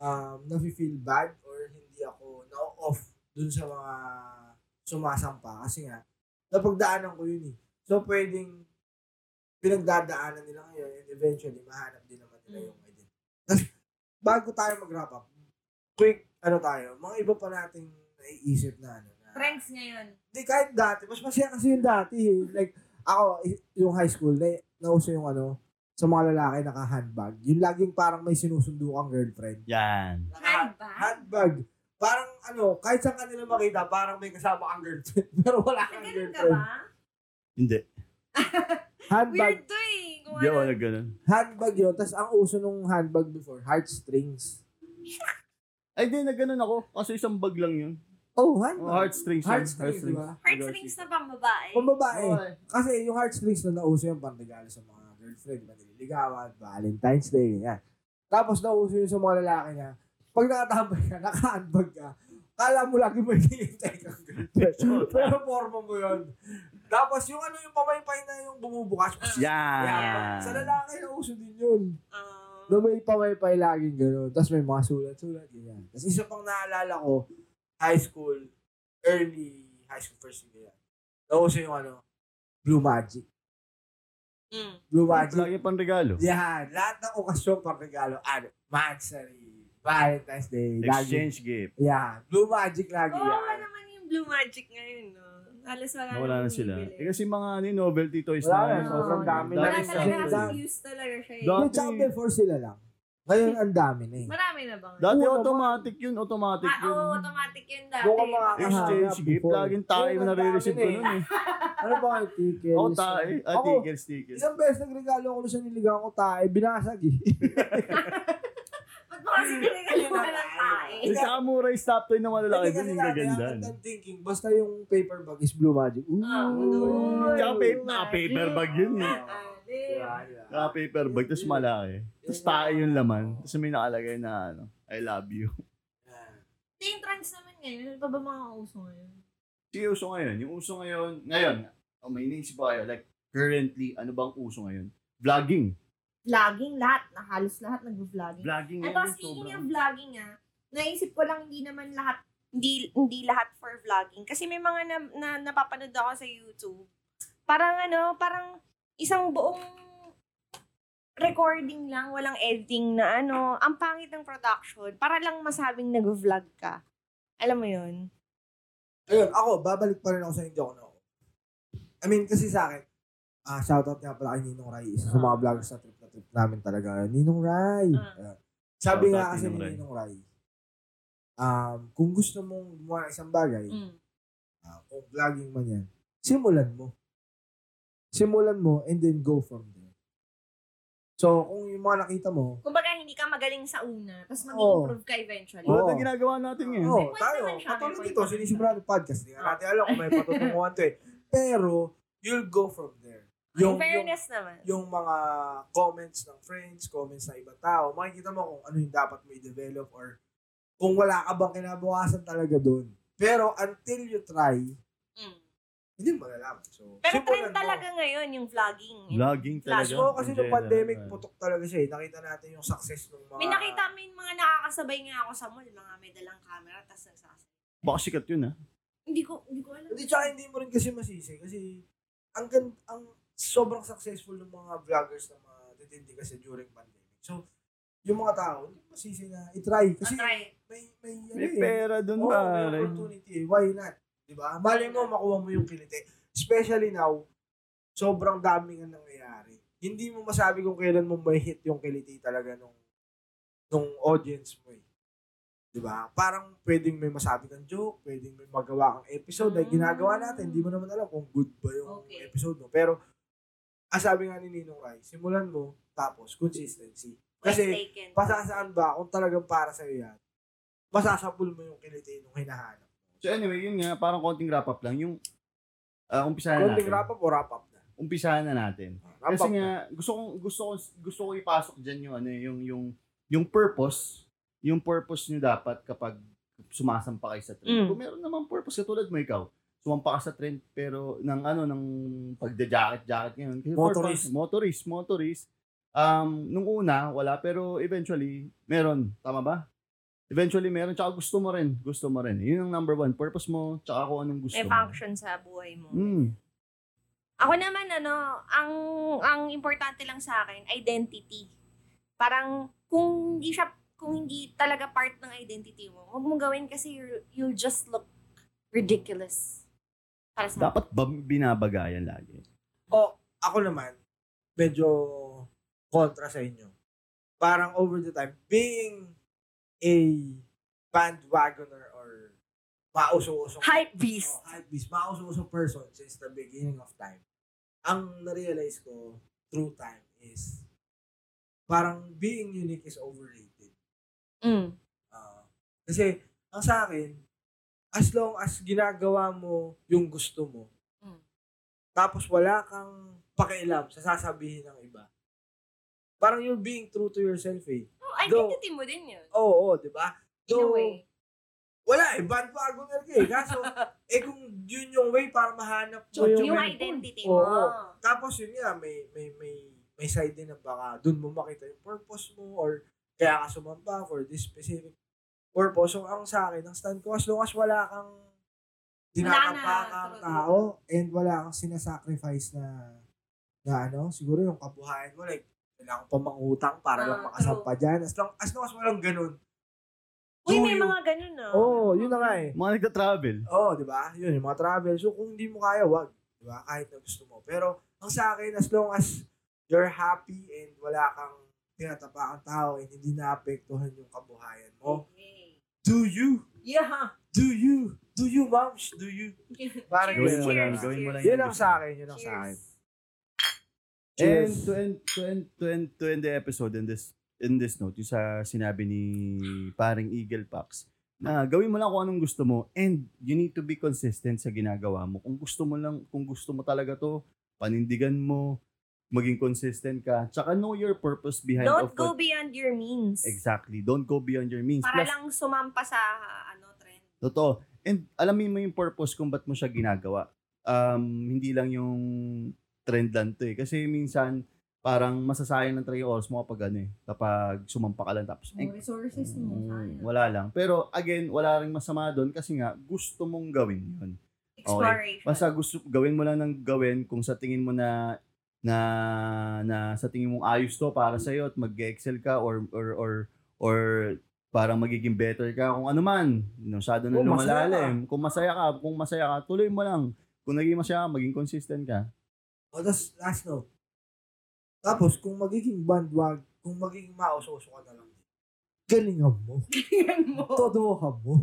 B: um, nafe-feel bad or hindi ako na-off doon sa mga sumasampa. Kasi nga, napagdaanan ko yun eh. So, pwedeng pinagdadaanan nila ngayon and eventually mahanap din naman nila yung identity. Tapos, bago tayo mag-wrap up, quick, ano tayo, mga iba pa nating naiisip na ano. Na,
C: Strengths niya yun.
B: Hindi, kahit dati. Mas masaya kasi yung dati. eh. Like, ako, i- yung high school, na, nauso yung ano, sa mga lalaki naka-handbag. Yung laging parang may sinusundo kang girlfriend.
A: Yan.
B: Naka-
C: Handbag?
B: handbag. Parang ano, kahit saan kanila makita, parang may kasama kang girlfriend. Pero wala kang
C: Ah, Ganun ka
B: girlfriend.
C: ba?
A: Hindi.
B: Handbag,
C: Weird to eh. Kung
A: Hindi oh, ako
C: ano.
A: nagganon.
B: handbag yun. Tapos ang uso nung handbag before, heartstrings.
A: Ay, di, nagganon ako. Kasi isang bag lang yun.
B: Oh,
A: Oh,
B: handbag.
A: heartstrings. yun.
B: heartstrings, di ba?
C: Heartstrings na pang babae.
B: Kung babae.
A: Oo, eh.
B: Kasi yung heartstrings na nauso yung panregalo sa mga girlfriend, di ba nililigawan, Valentine's Day, ganyan. Tapos nauso yun sa mga lalaki niya. Pag nakatambay ka, nakahandbag ka, kala mo lagi may hinihintay kang girlfriend. Pero forma mo yun. Tapos yung ano yung pamaypay na yung bumubukas.
A: Yan.
B: Yeah. Sa lalaki nauso din yun.
C: Ah.
B: Na may pamaypay laging gano'n. Tapos may mga sulat-sulat, ganyan. Tapos isa pang naalala ko, high school, early high school first year. Nauso yung ano, Blue Magic.
C: Mm.
B: Blue Magic.
A: Lagi pang regalo.
B: Yan. Lahat ng okasyon pang regalo. Ano? Mansary. Valentine's Day. Lagi.
A: Exchange gift.
B: Yan. Blue Magic lagi
C: Oo nga
B: yan.
C: naman yung Blue Magic ngayon, no? Halos wala
A: Nawala na
C: namang
A: sila.
C: bumibili.
A: Eh, kasi mga ano, yun, novelty toys
B: Wala
A: na.
B: na,
A: yun.
B: sobrang dami
C: Wala
B: na
C: talaga
B: isa.
C: kasi used talaga siya eh.
A: Dami.
B: Yung tsaka before sila lang. Ngayon ang dami na eh.
C: Marami na ba?
A: Dati
B: Oo,
A: automatic yun, automatic
C: Ah,
A: yun.
C: oo, automatic yun dati.
B: Doon ka makakahanap
A: Exchange gift.
B: before.
A: Laging tayo
B: Oo,
A: na nare-receive ko
B: ang dami
A: nun eh.
B: Ano ba kayo? Tickets?
A: Oo, tayo. Ah,
B: Ako,
A: tickets, tickets.
B: Isang beses nagregalo ko na sa niligawan ko tayo, binasag eh.
C: Ba't ba kasi tinagalan mo ng tae?
A: Yung samurai stop toy na malalaki
B: Hindi
A: dun,
B: kasi
A: yung
B: dati,
A: gaganda.
B: ang ganda thinking, basta yung paper bag is blue magic. Ooh.
C: Ah, ano?
A: Tsaka paper, paper bag yun eh.
B: Diba, diba?
A: Naka paper bag, tapos malaki. Tapos tayo yung laman. Tapos may nakalagay na ano, I love you.
C: Hindi, yung trans naman ngayon. Ano pa ba mga uso ngayon?
A: Sige, uso ngayon. Yung uso ngayon, ngayon, oh, may iniisip ba kayo? Like, currently, ano bang uso ngayon? Vlogging.
C: Vlogging lahat. Na halos lahat nag-vlogging.
A: Vlogging
C: At
A: ngayon,
C: speaking
A: sobrang.
C: of vlogging ah, naisip ko lang hindi naman lahat, hindi, hindi lahat for vlogging. Kasi may mga na, na, napapanood ako sa YouTube. Parang ano, parang isang buong recording lang, walang editing na ano, ang pangit ng production. Para lang masabing nag-vlog ka. Alam mo yun?
B: Ayun, ako, babalik pa rin ako sa hindi ako na I mean, kasi sa akin, ah shoutout nga pala kay Ninong Rai, isa sa mga vloggers na trip na trip namin talaga. Ninong Rai!
C: Ah.
B: Ayun. Sabi
A: Shoutout
B: nga kasi
A: Ninong
B: ni
A: Rai.
B: Ninong Rai, um, kung gusto mong gumawa ng isang bagay,
C: Mm.
B: ah, kung vlogging man yan, simulan mo. Simulan mo and then go from there. So, kung yung mga nakita mo,
C: Kumbaga, hindi ka magaling sa una, tapos mag-improve ka eventually.
A: Wala
B: Oo.
A: na ginagawa natin eh. ngayon.
B: Oo,
C: May point
B: tayo.
C: naman siya, may
B: Katulad
C: point
B: dito,
C: naman
B: sinisimula ng podcast. Hindi nga natin alam kung may patutunguhan to eh. Pero, you'll go from there.
C: In
B: Yung, yung,
C: fairness naman.
B: yung mga comments ng friends, comments ng ibang tao, makikita mo kung ano yung dapat mo i-develop or kung wala ka bang kinabukasan talaga doon. Pero until you try,
C: Mm.
B: hindi mo malalaman. So,
C: Pero
B: simulan
C: trend
B: mo.
C: talaga ngayon yung vlogging.
A: Vlogging talaga.
B: Oo, kasi
A: In
B: nung
A: general,
B: pandemic,
A: ano.
B: putok talaga siya eh. Nakita natin yung success ng mga...
C: May nakita mo yung mga nakakasabay nga ako sa mall, mga may dalang camera, tapos nagsasabay.
A: Baka sikat yun ha.
C: Hindi ko, hindi ko alam.
B: Hindi, tsaka hindi mo rin kasi masisi. Kasi, ang, gan- ang sobrang successful ng mga vloggers na mga titindi kasi during pandemic. So, yung mga tao, hindi mo masisi na itry. Kasi,
C: Atry.
B: may, may,
A: May
B: ano eh.
A: pera dun
B: Oo,
A: pare.
B: may opportunity eh. Why not? Diba? Malay mo, makuha mo yung kilite. Especially now, sobrang daming ang nangyayari. Hindi mo masabi kung kailan mo may hit yung kiliti talaga nung nung audience mo eh. 'Di ba? Parang pwedeng may masabi kang joke, pwedeng may magawa kang episode ay
C: Mm.
B: ginagawa natin. Hindi mo naman alam kung good ba yung
C: Okay.
B: episode mo. Pero ang sabi nga ni Ninong Rai, simulan mo tapos consistency.
C: Point
B: Kasi
C: taken.
B: pasasaan ba kung talagang para sa yan? Masasapul mo yung kiliti nung hinahanap.
A: So anyway, yun nga, parang konting wrap up lang. Yung, ah, umpisahan na
B: Konting
A: natin.
B: wrap up o wrap up na.
A: Umpisahan na natin.
B: Wrap
A: Kasi
B: up na.
A: nga, gusto kong, gusto kong, gusto ko ipasok dyan yung, ano, yung, yung, yung purpose. Yung purpose nyo dapat kapag sumasampa kayo sa trend.
C: Mm.
A: Kung meron naman purpose, katulad mo ikaw, sumampa ka sa trend pero ng ano ng pagda-jacket-jacket ngayon kasi
B: Motorist.
A: purpose- motorist motorist um nung una wala pero eventually meron tama ba eventually meron tsaka gusto mo rin gusto mo rin yun ang number one purpose mo tsaka kung anong gusto
C: May
A: mo
C: function sa buhay mo.
B: Hmm.
A: mm.
C: Ako naman ano, ang ang importante lang sa akin, identity. Parang kung hindi siya kung hindi talaga part ng identity mo, huwag mong gawin kasi you'll, you'll just look ridiculous. Para sa
A: dapat ba binabagayan lagi
B: O, ako naman, medyo kontra sa inyo. Parang over the time, being a bandwagoner or mauso-usong
C: hype beast.
B: Oh, hype beast, mauso-usong person since the beginning of time. Ang na-realize ko through time is parang being unique is overrated.
C: Mm.
B: Ah, kasi, ang sa akin, as long as ginagawa mo yung gusto mo,
C: Mm.
B: tapos wala kang pakialam sa sasabihin ng iba, parang you're being true to yourself eh.
C: Oh,
B: Though-
C: identity mo din 'yun.
B: Oo, oo, di ba?
C: In a
B: Though,
C: way.
B: Wala eh, bandwagoner ka eh. Kaso, eh kung yun yung way para mahanap mo
A: Tsaka
C: Yung
A: may
C: identity
B: Oo.
C: mo.
B: Tapos yun nga, may, may, may, may side din na baka doon mo makita yung purpose mo or kaya ka sumamba for this specific purpose. So, ang sa akin, ang stand ko, as long as wala kang
C: Wala
B: dinakapakang
C: na,
B: tao and wala kang sinasacrifice na na ano, siguro yung kabuhayan mo, like, kailangan pa mangutang para lang
C: Ah,
B: makasampa dyan. As long, as long as walang ganun.
C: Uy,
B: do
C: may
B: you-
C: mga ganun ah.
B: Oo, oh, yun na nga eh.
A: mga nagta-travel
B: Oo, Oh, di ba? Yun, yung mga travel. So, kung hindi mo kaya, wag. Di ba? Kahit na gusto mo. Pero, ang sa akin, as long as you're happy and wala kang tinatapakang tao and hindi naapektuhan yung kabuhayan mo,
C: Okay.
B: do you?
C: Yeah.
B: Do you? Do you, moms? Do you? Parang
A: gawin mo
B: Cheers,
A: lang
B: cheers,
A: gawin mo lang
B: Yun
A: yung
B: ang
A: gusto
B: sa akin. Yun ang sa akin.
C: Cheers.
A: And
B: Cheers.
A: to end, to end, to end, to end the episode in this in this note, yung sa sinabi ni paring Eagle Pax, na gawin mo lang kung anong gusto mo and you need to be consistent sa ginagawa mo. Kung gusto mo lang, kung gusto mo talaga to, panindigan mo, maging consistent ka, tsaka know your purpose behind of
C: Don't go
A: what-
C: beyond your means.
A: Exactly. Don't go beyond your means. Plus,
C: Para lang sumampa sa ano trend.
A: Totoo. And alamin mo yung purpose kung ba't mo siya ginagawa. Um, hindi lang yung trend lang to eh. Kasi minsan, parang masasayang ng 3 hours mo kapag ano eh, kapag sumampa ka lang tapos. eh,
C: resources
A: mm, wala lang. Pero again, wala rin masama doon kasi nga gusto mong gawin yun.
C: Exploration.
A: Basta gusto, gawin mo lang ng gawin kung sa tingin mo na na na sa tingin mong ayos to para sa at mag-excel ka or or or or parang magiging better ka kung ano man masyado na
B: Kung masaya
A: lumalalim kung masaya ka kung masaya ka tuloy mo lang kung naging masaya ka maging consistent ka
B: O, oh, tas, last note. Tapos, kung magiging bandwag, kung magiging mauso-uso ka na lang, galingan mo. Todohan mo.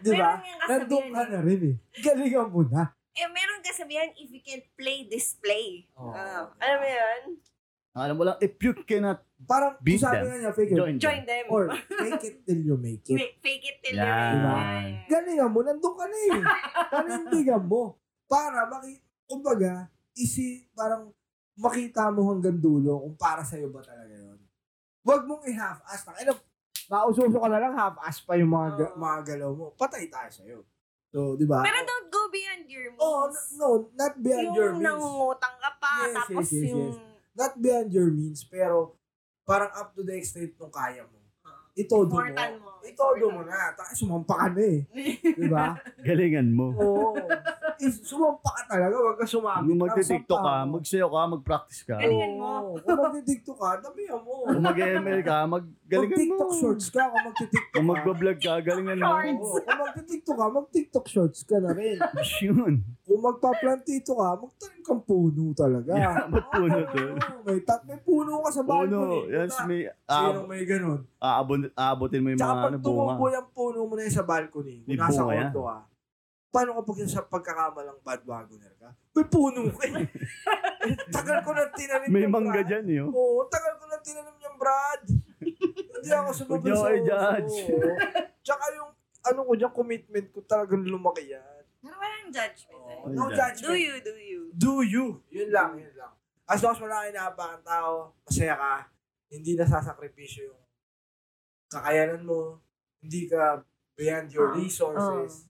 B: Di ba?
C: Meron yung
B: Nandun
C: kasabihan.
B: ka na rin eh. Galingan mo na.
C: Eh, meron kasabihan, if you can't play, display.
A: Oh.
B: Oo.
C: Ah, alam mo yun?
A: Ang alam mo lang if you cannot
B: Parang
A: Beat
B: kung sabi
A: them.
B: nga niya, fake it.
A: join,
C: Join them.
B: Or fake it till you make it.
C: Make- fake it till
A: Yan.
C: you
B: Diba?
C: make it.
B: Galingan mo, nandun ka na eh. Panindigan mo. Para maki, kumbaga, isi, parang makita mo hanggang dulo kung para sa'yo ba talaga yun. Huwag mong i-half-ass na. Ano, maususo ka na lang, half-ass pa yung mga, ga-
C: Oo.
B: mga galaw mo. Patay tayo sa'yo. So, di ba?
C: Pero don't go beyond your means.
B: Oh, no, not beyond
C: yung
B: your means.
C: nangungutang ka pa,
B: Yes,
C: tapos
B: yes, yes,
C: yung...
B: Not beyond your means, pero parang up to the extent nung kaya mo. Itodo mo.
C: Portan ah, mo.
B: Itodo mo na. Taka, sumampa ka na eh. Di ba?
A: galingan mo
B: Oo. If sumampa ka talaga, wag ka sumamit.
A: kung magtitiktok ka magsayo ka mag-practice ka
C: Galing-
A: kung
C: Galingan mo.
B: Oo. Kung magtitiktok ka, damihan mo.
A: mag-ML ka maggalingan
B: Kung
A: mo
B: TikTok shorts ka, kung magtitiktok
A: kung
B: ka.
A: magbablog ka galingan mo
C: Shorts.
B: Oo. Kung magtitiktok ka, mag-TikTok shorts ka na rin.
A: yun
B: Kung magpaplantito ka, magtanim kang puno talaga.
A: yeah, ba't puno doon
B: Oo, May, tat- may puno ka sa balcony.
A: Puno, Oh, yes, may um,
B: Sino
A: ab-
B: may ganun?
A: aabon abun, aabutin mo yung mga
B: Tsaka pag
A: ano, bunga.
B: tumubo yung puno mo na yun sa balcony,
A: May
B: kung nasa
A: bunga yan.
B: kondo ka, paano kapag yun sa pagkakamalang badwagoner ka? May puno ka eh. tagal ko nang tinanim
A: May
B: yung
A: mangga
B: Brad.
A: dyan, yo.
B: Oo, tagal ko nang tinanim yung Brad. Hindi ako sumabay
A: Huwag niyo
B: sa
A: kayo
B: uso.
A: judge.
B: Oo. Tsaka yung ano ko dyan, commitment ko talagang lumaki yan.
C: Pero walang judgment.
B: Oo,
C: eh.
A: Walang
B: no
A: judge.
C: Do
B: judgment.
C: you, do you?
B: Do you. Yun lang, yun lang. As long as wala kang inaabangan tao, masaya ka, hindi nasasakripisyo yung kakayanan mo, hindi ka beyond your
C: Ah.
B: resources.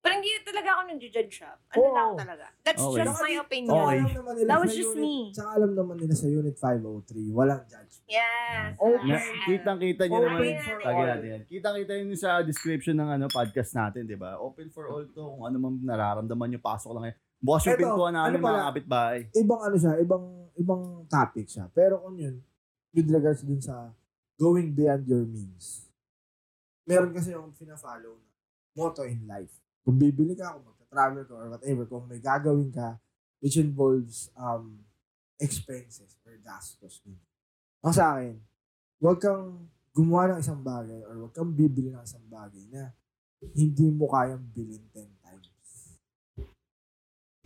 C: Parang hindi talaga ako nag-judge siya. Ano
B: Oh. Oo.
C: lang talaga. That's
A: Okay.
C: just my opinion.
A: Okay.
B: Alam naman nila
C: Oh. That
B: sa
C: was just
B: unit,
C: me.
B: Tsaka alam naman nila sa Unit 503, walang judgment.
C: Yes.
B: Okay.
A: Na, kitang-kita nyo naman.
C: Open for
A: Lagi
C: all.
A: natin yan. Kitang-kita nyo sa description ng ano podcast natin, di ba? Open for all to. Kung ano man nararamdaman nyo, pasok lang yan. Bukas yung
B: Eto,
A: pintuan namin,
B: ano pala?
A: mga kapitbahay.
B: Ibang ano siya, ibang ibang topic siya. Pero kung yun, with regards dun sa going beyond your means. Meron kasi yung fina-follow na motto in life. Kung bibili ka, kung magta-travel ka, or whatever, kung may gagawin ka, which involves um, expenses or gastos. Ang sa akin, huwag kang gumawa ng isang bagay or huwag kang bibili ng isang bagay na hindi mo kayang bilhin 10 times.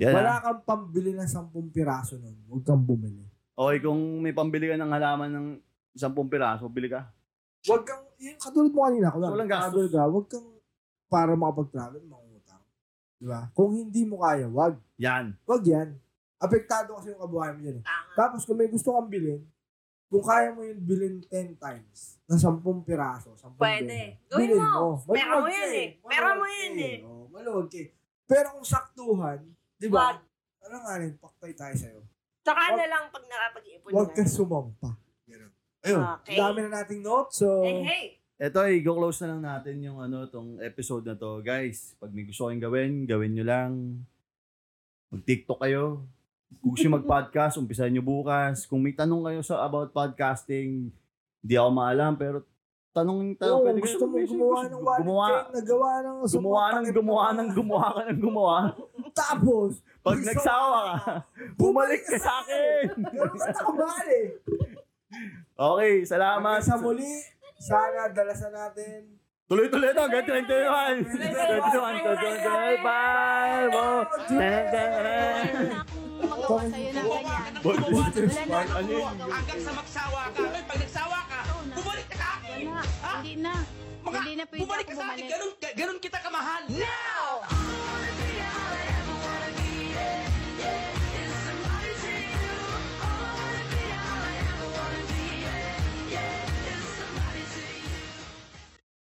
A: Yan ah.
B: Wala kang pambili ng 10 piraso nun. Huwag kang bumili.
A: Okay, kung may pambili ka ng halaman ng 10 piraso, bili ka.
B: Huwag kang, yun, katulad mo kanina, kung
A: Walang gastos.
B: travel ka, huwag kang para makapag-travel, mangutang. Di ba? Kung hindi mo kaya, wag.
A: Yan.
B: Wag yan. Apektado kasi yung kabuhayan mo yan. eh.
C: Tama.
B: Tapos kung may gusto kang bilhin, kung kaya mo yung bilhin 10 times, ng 10 piraso, 10
C: Pwede.
B: beso,
C: Gawin
B: bilhin
C: mo.
B: Maluwag
C: Pera mo
B: ka
C: yan eh.
B: Maluwag
C: Pera mo
B: ka
C: yan eh.
B: Oh, maluwag ka eh. Pero kung saktuhan, di ba?
C: Wag.
B: Ano nga rin, paktay tayo sa'yo.
C: Tsaka
B: Wag-
C: na lang pag nakapag-ipon
B: Huwag
C: na.
B: kang sumampa. Ganun. Ayun.
C: Okay.
B: Dami na nating notes. So,
C: Eh, hey.
A: Eto, i-close na lang natin yung ano, tong episode na to. Guys, pag may gusto kayong gawin, gawin nyo lang. Mag-TikTok kayo. Kung gusto nyo mag-podcast, umpisahan nyo bukas. Kung may tanong kayo sa about podcasting, hindi ako maalam, pero tanong tanong.
B: Oo,
A: pwede kayo
B: gusto mo
A: mag-message.
B: gumawa ng wallet
A: gumawa,
B: chain na gawa ng
A: gumawa ng gumawa ng gumawa ka ng gumawa.
B: Tapos,
A: Pag
B: Gusto-
A: nagsawa ka, bumalik ka sa akin.
B: ganun ka takabali.
A: Okay, salamat.
B: Hanggang Sa muli, sana dalasan natin.
A: Tuloy-tuloy na, hanggang 21. 21, 21, 21.
D: magawa sa'yo ng ganyan.
A: Boy,
D: Wala na akong
A: Ano yun?
D: magawa.
E: Hanggang sa magsawa ka. Ay, pag nagsawa ka, bumalik ka sa akin.
D: Wala. Hindi na.
E: Mga-
D: Hindi na pwede
E: Bumalik
D: ako
E: ka sa akin.
D: bumalik.
E: Ganun, ganun kita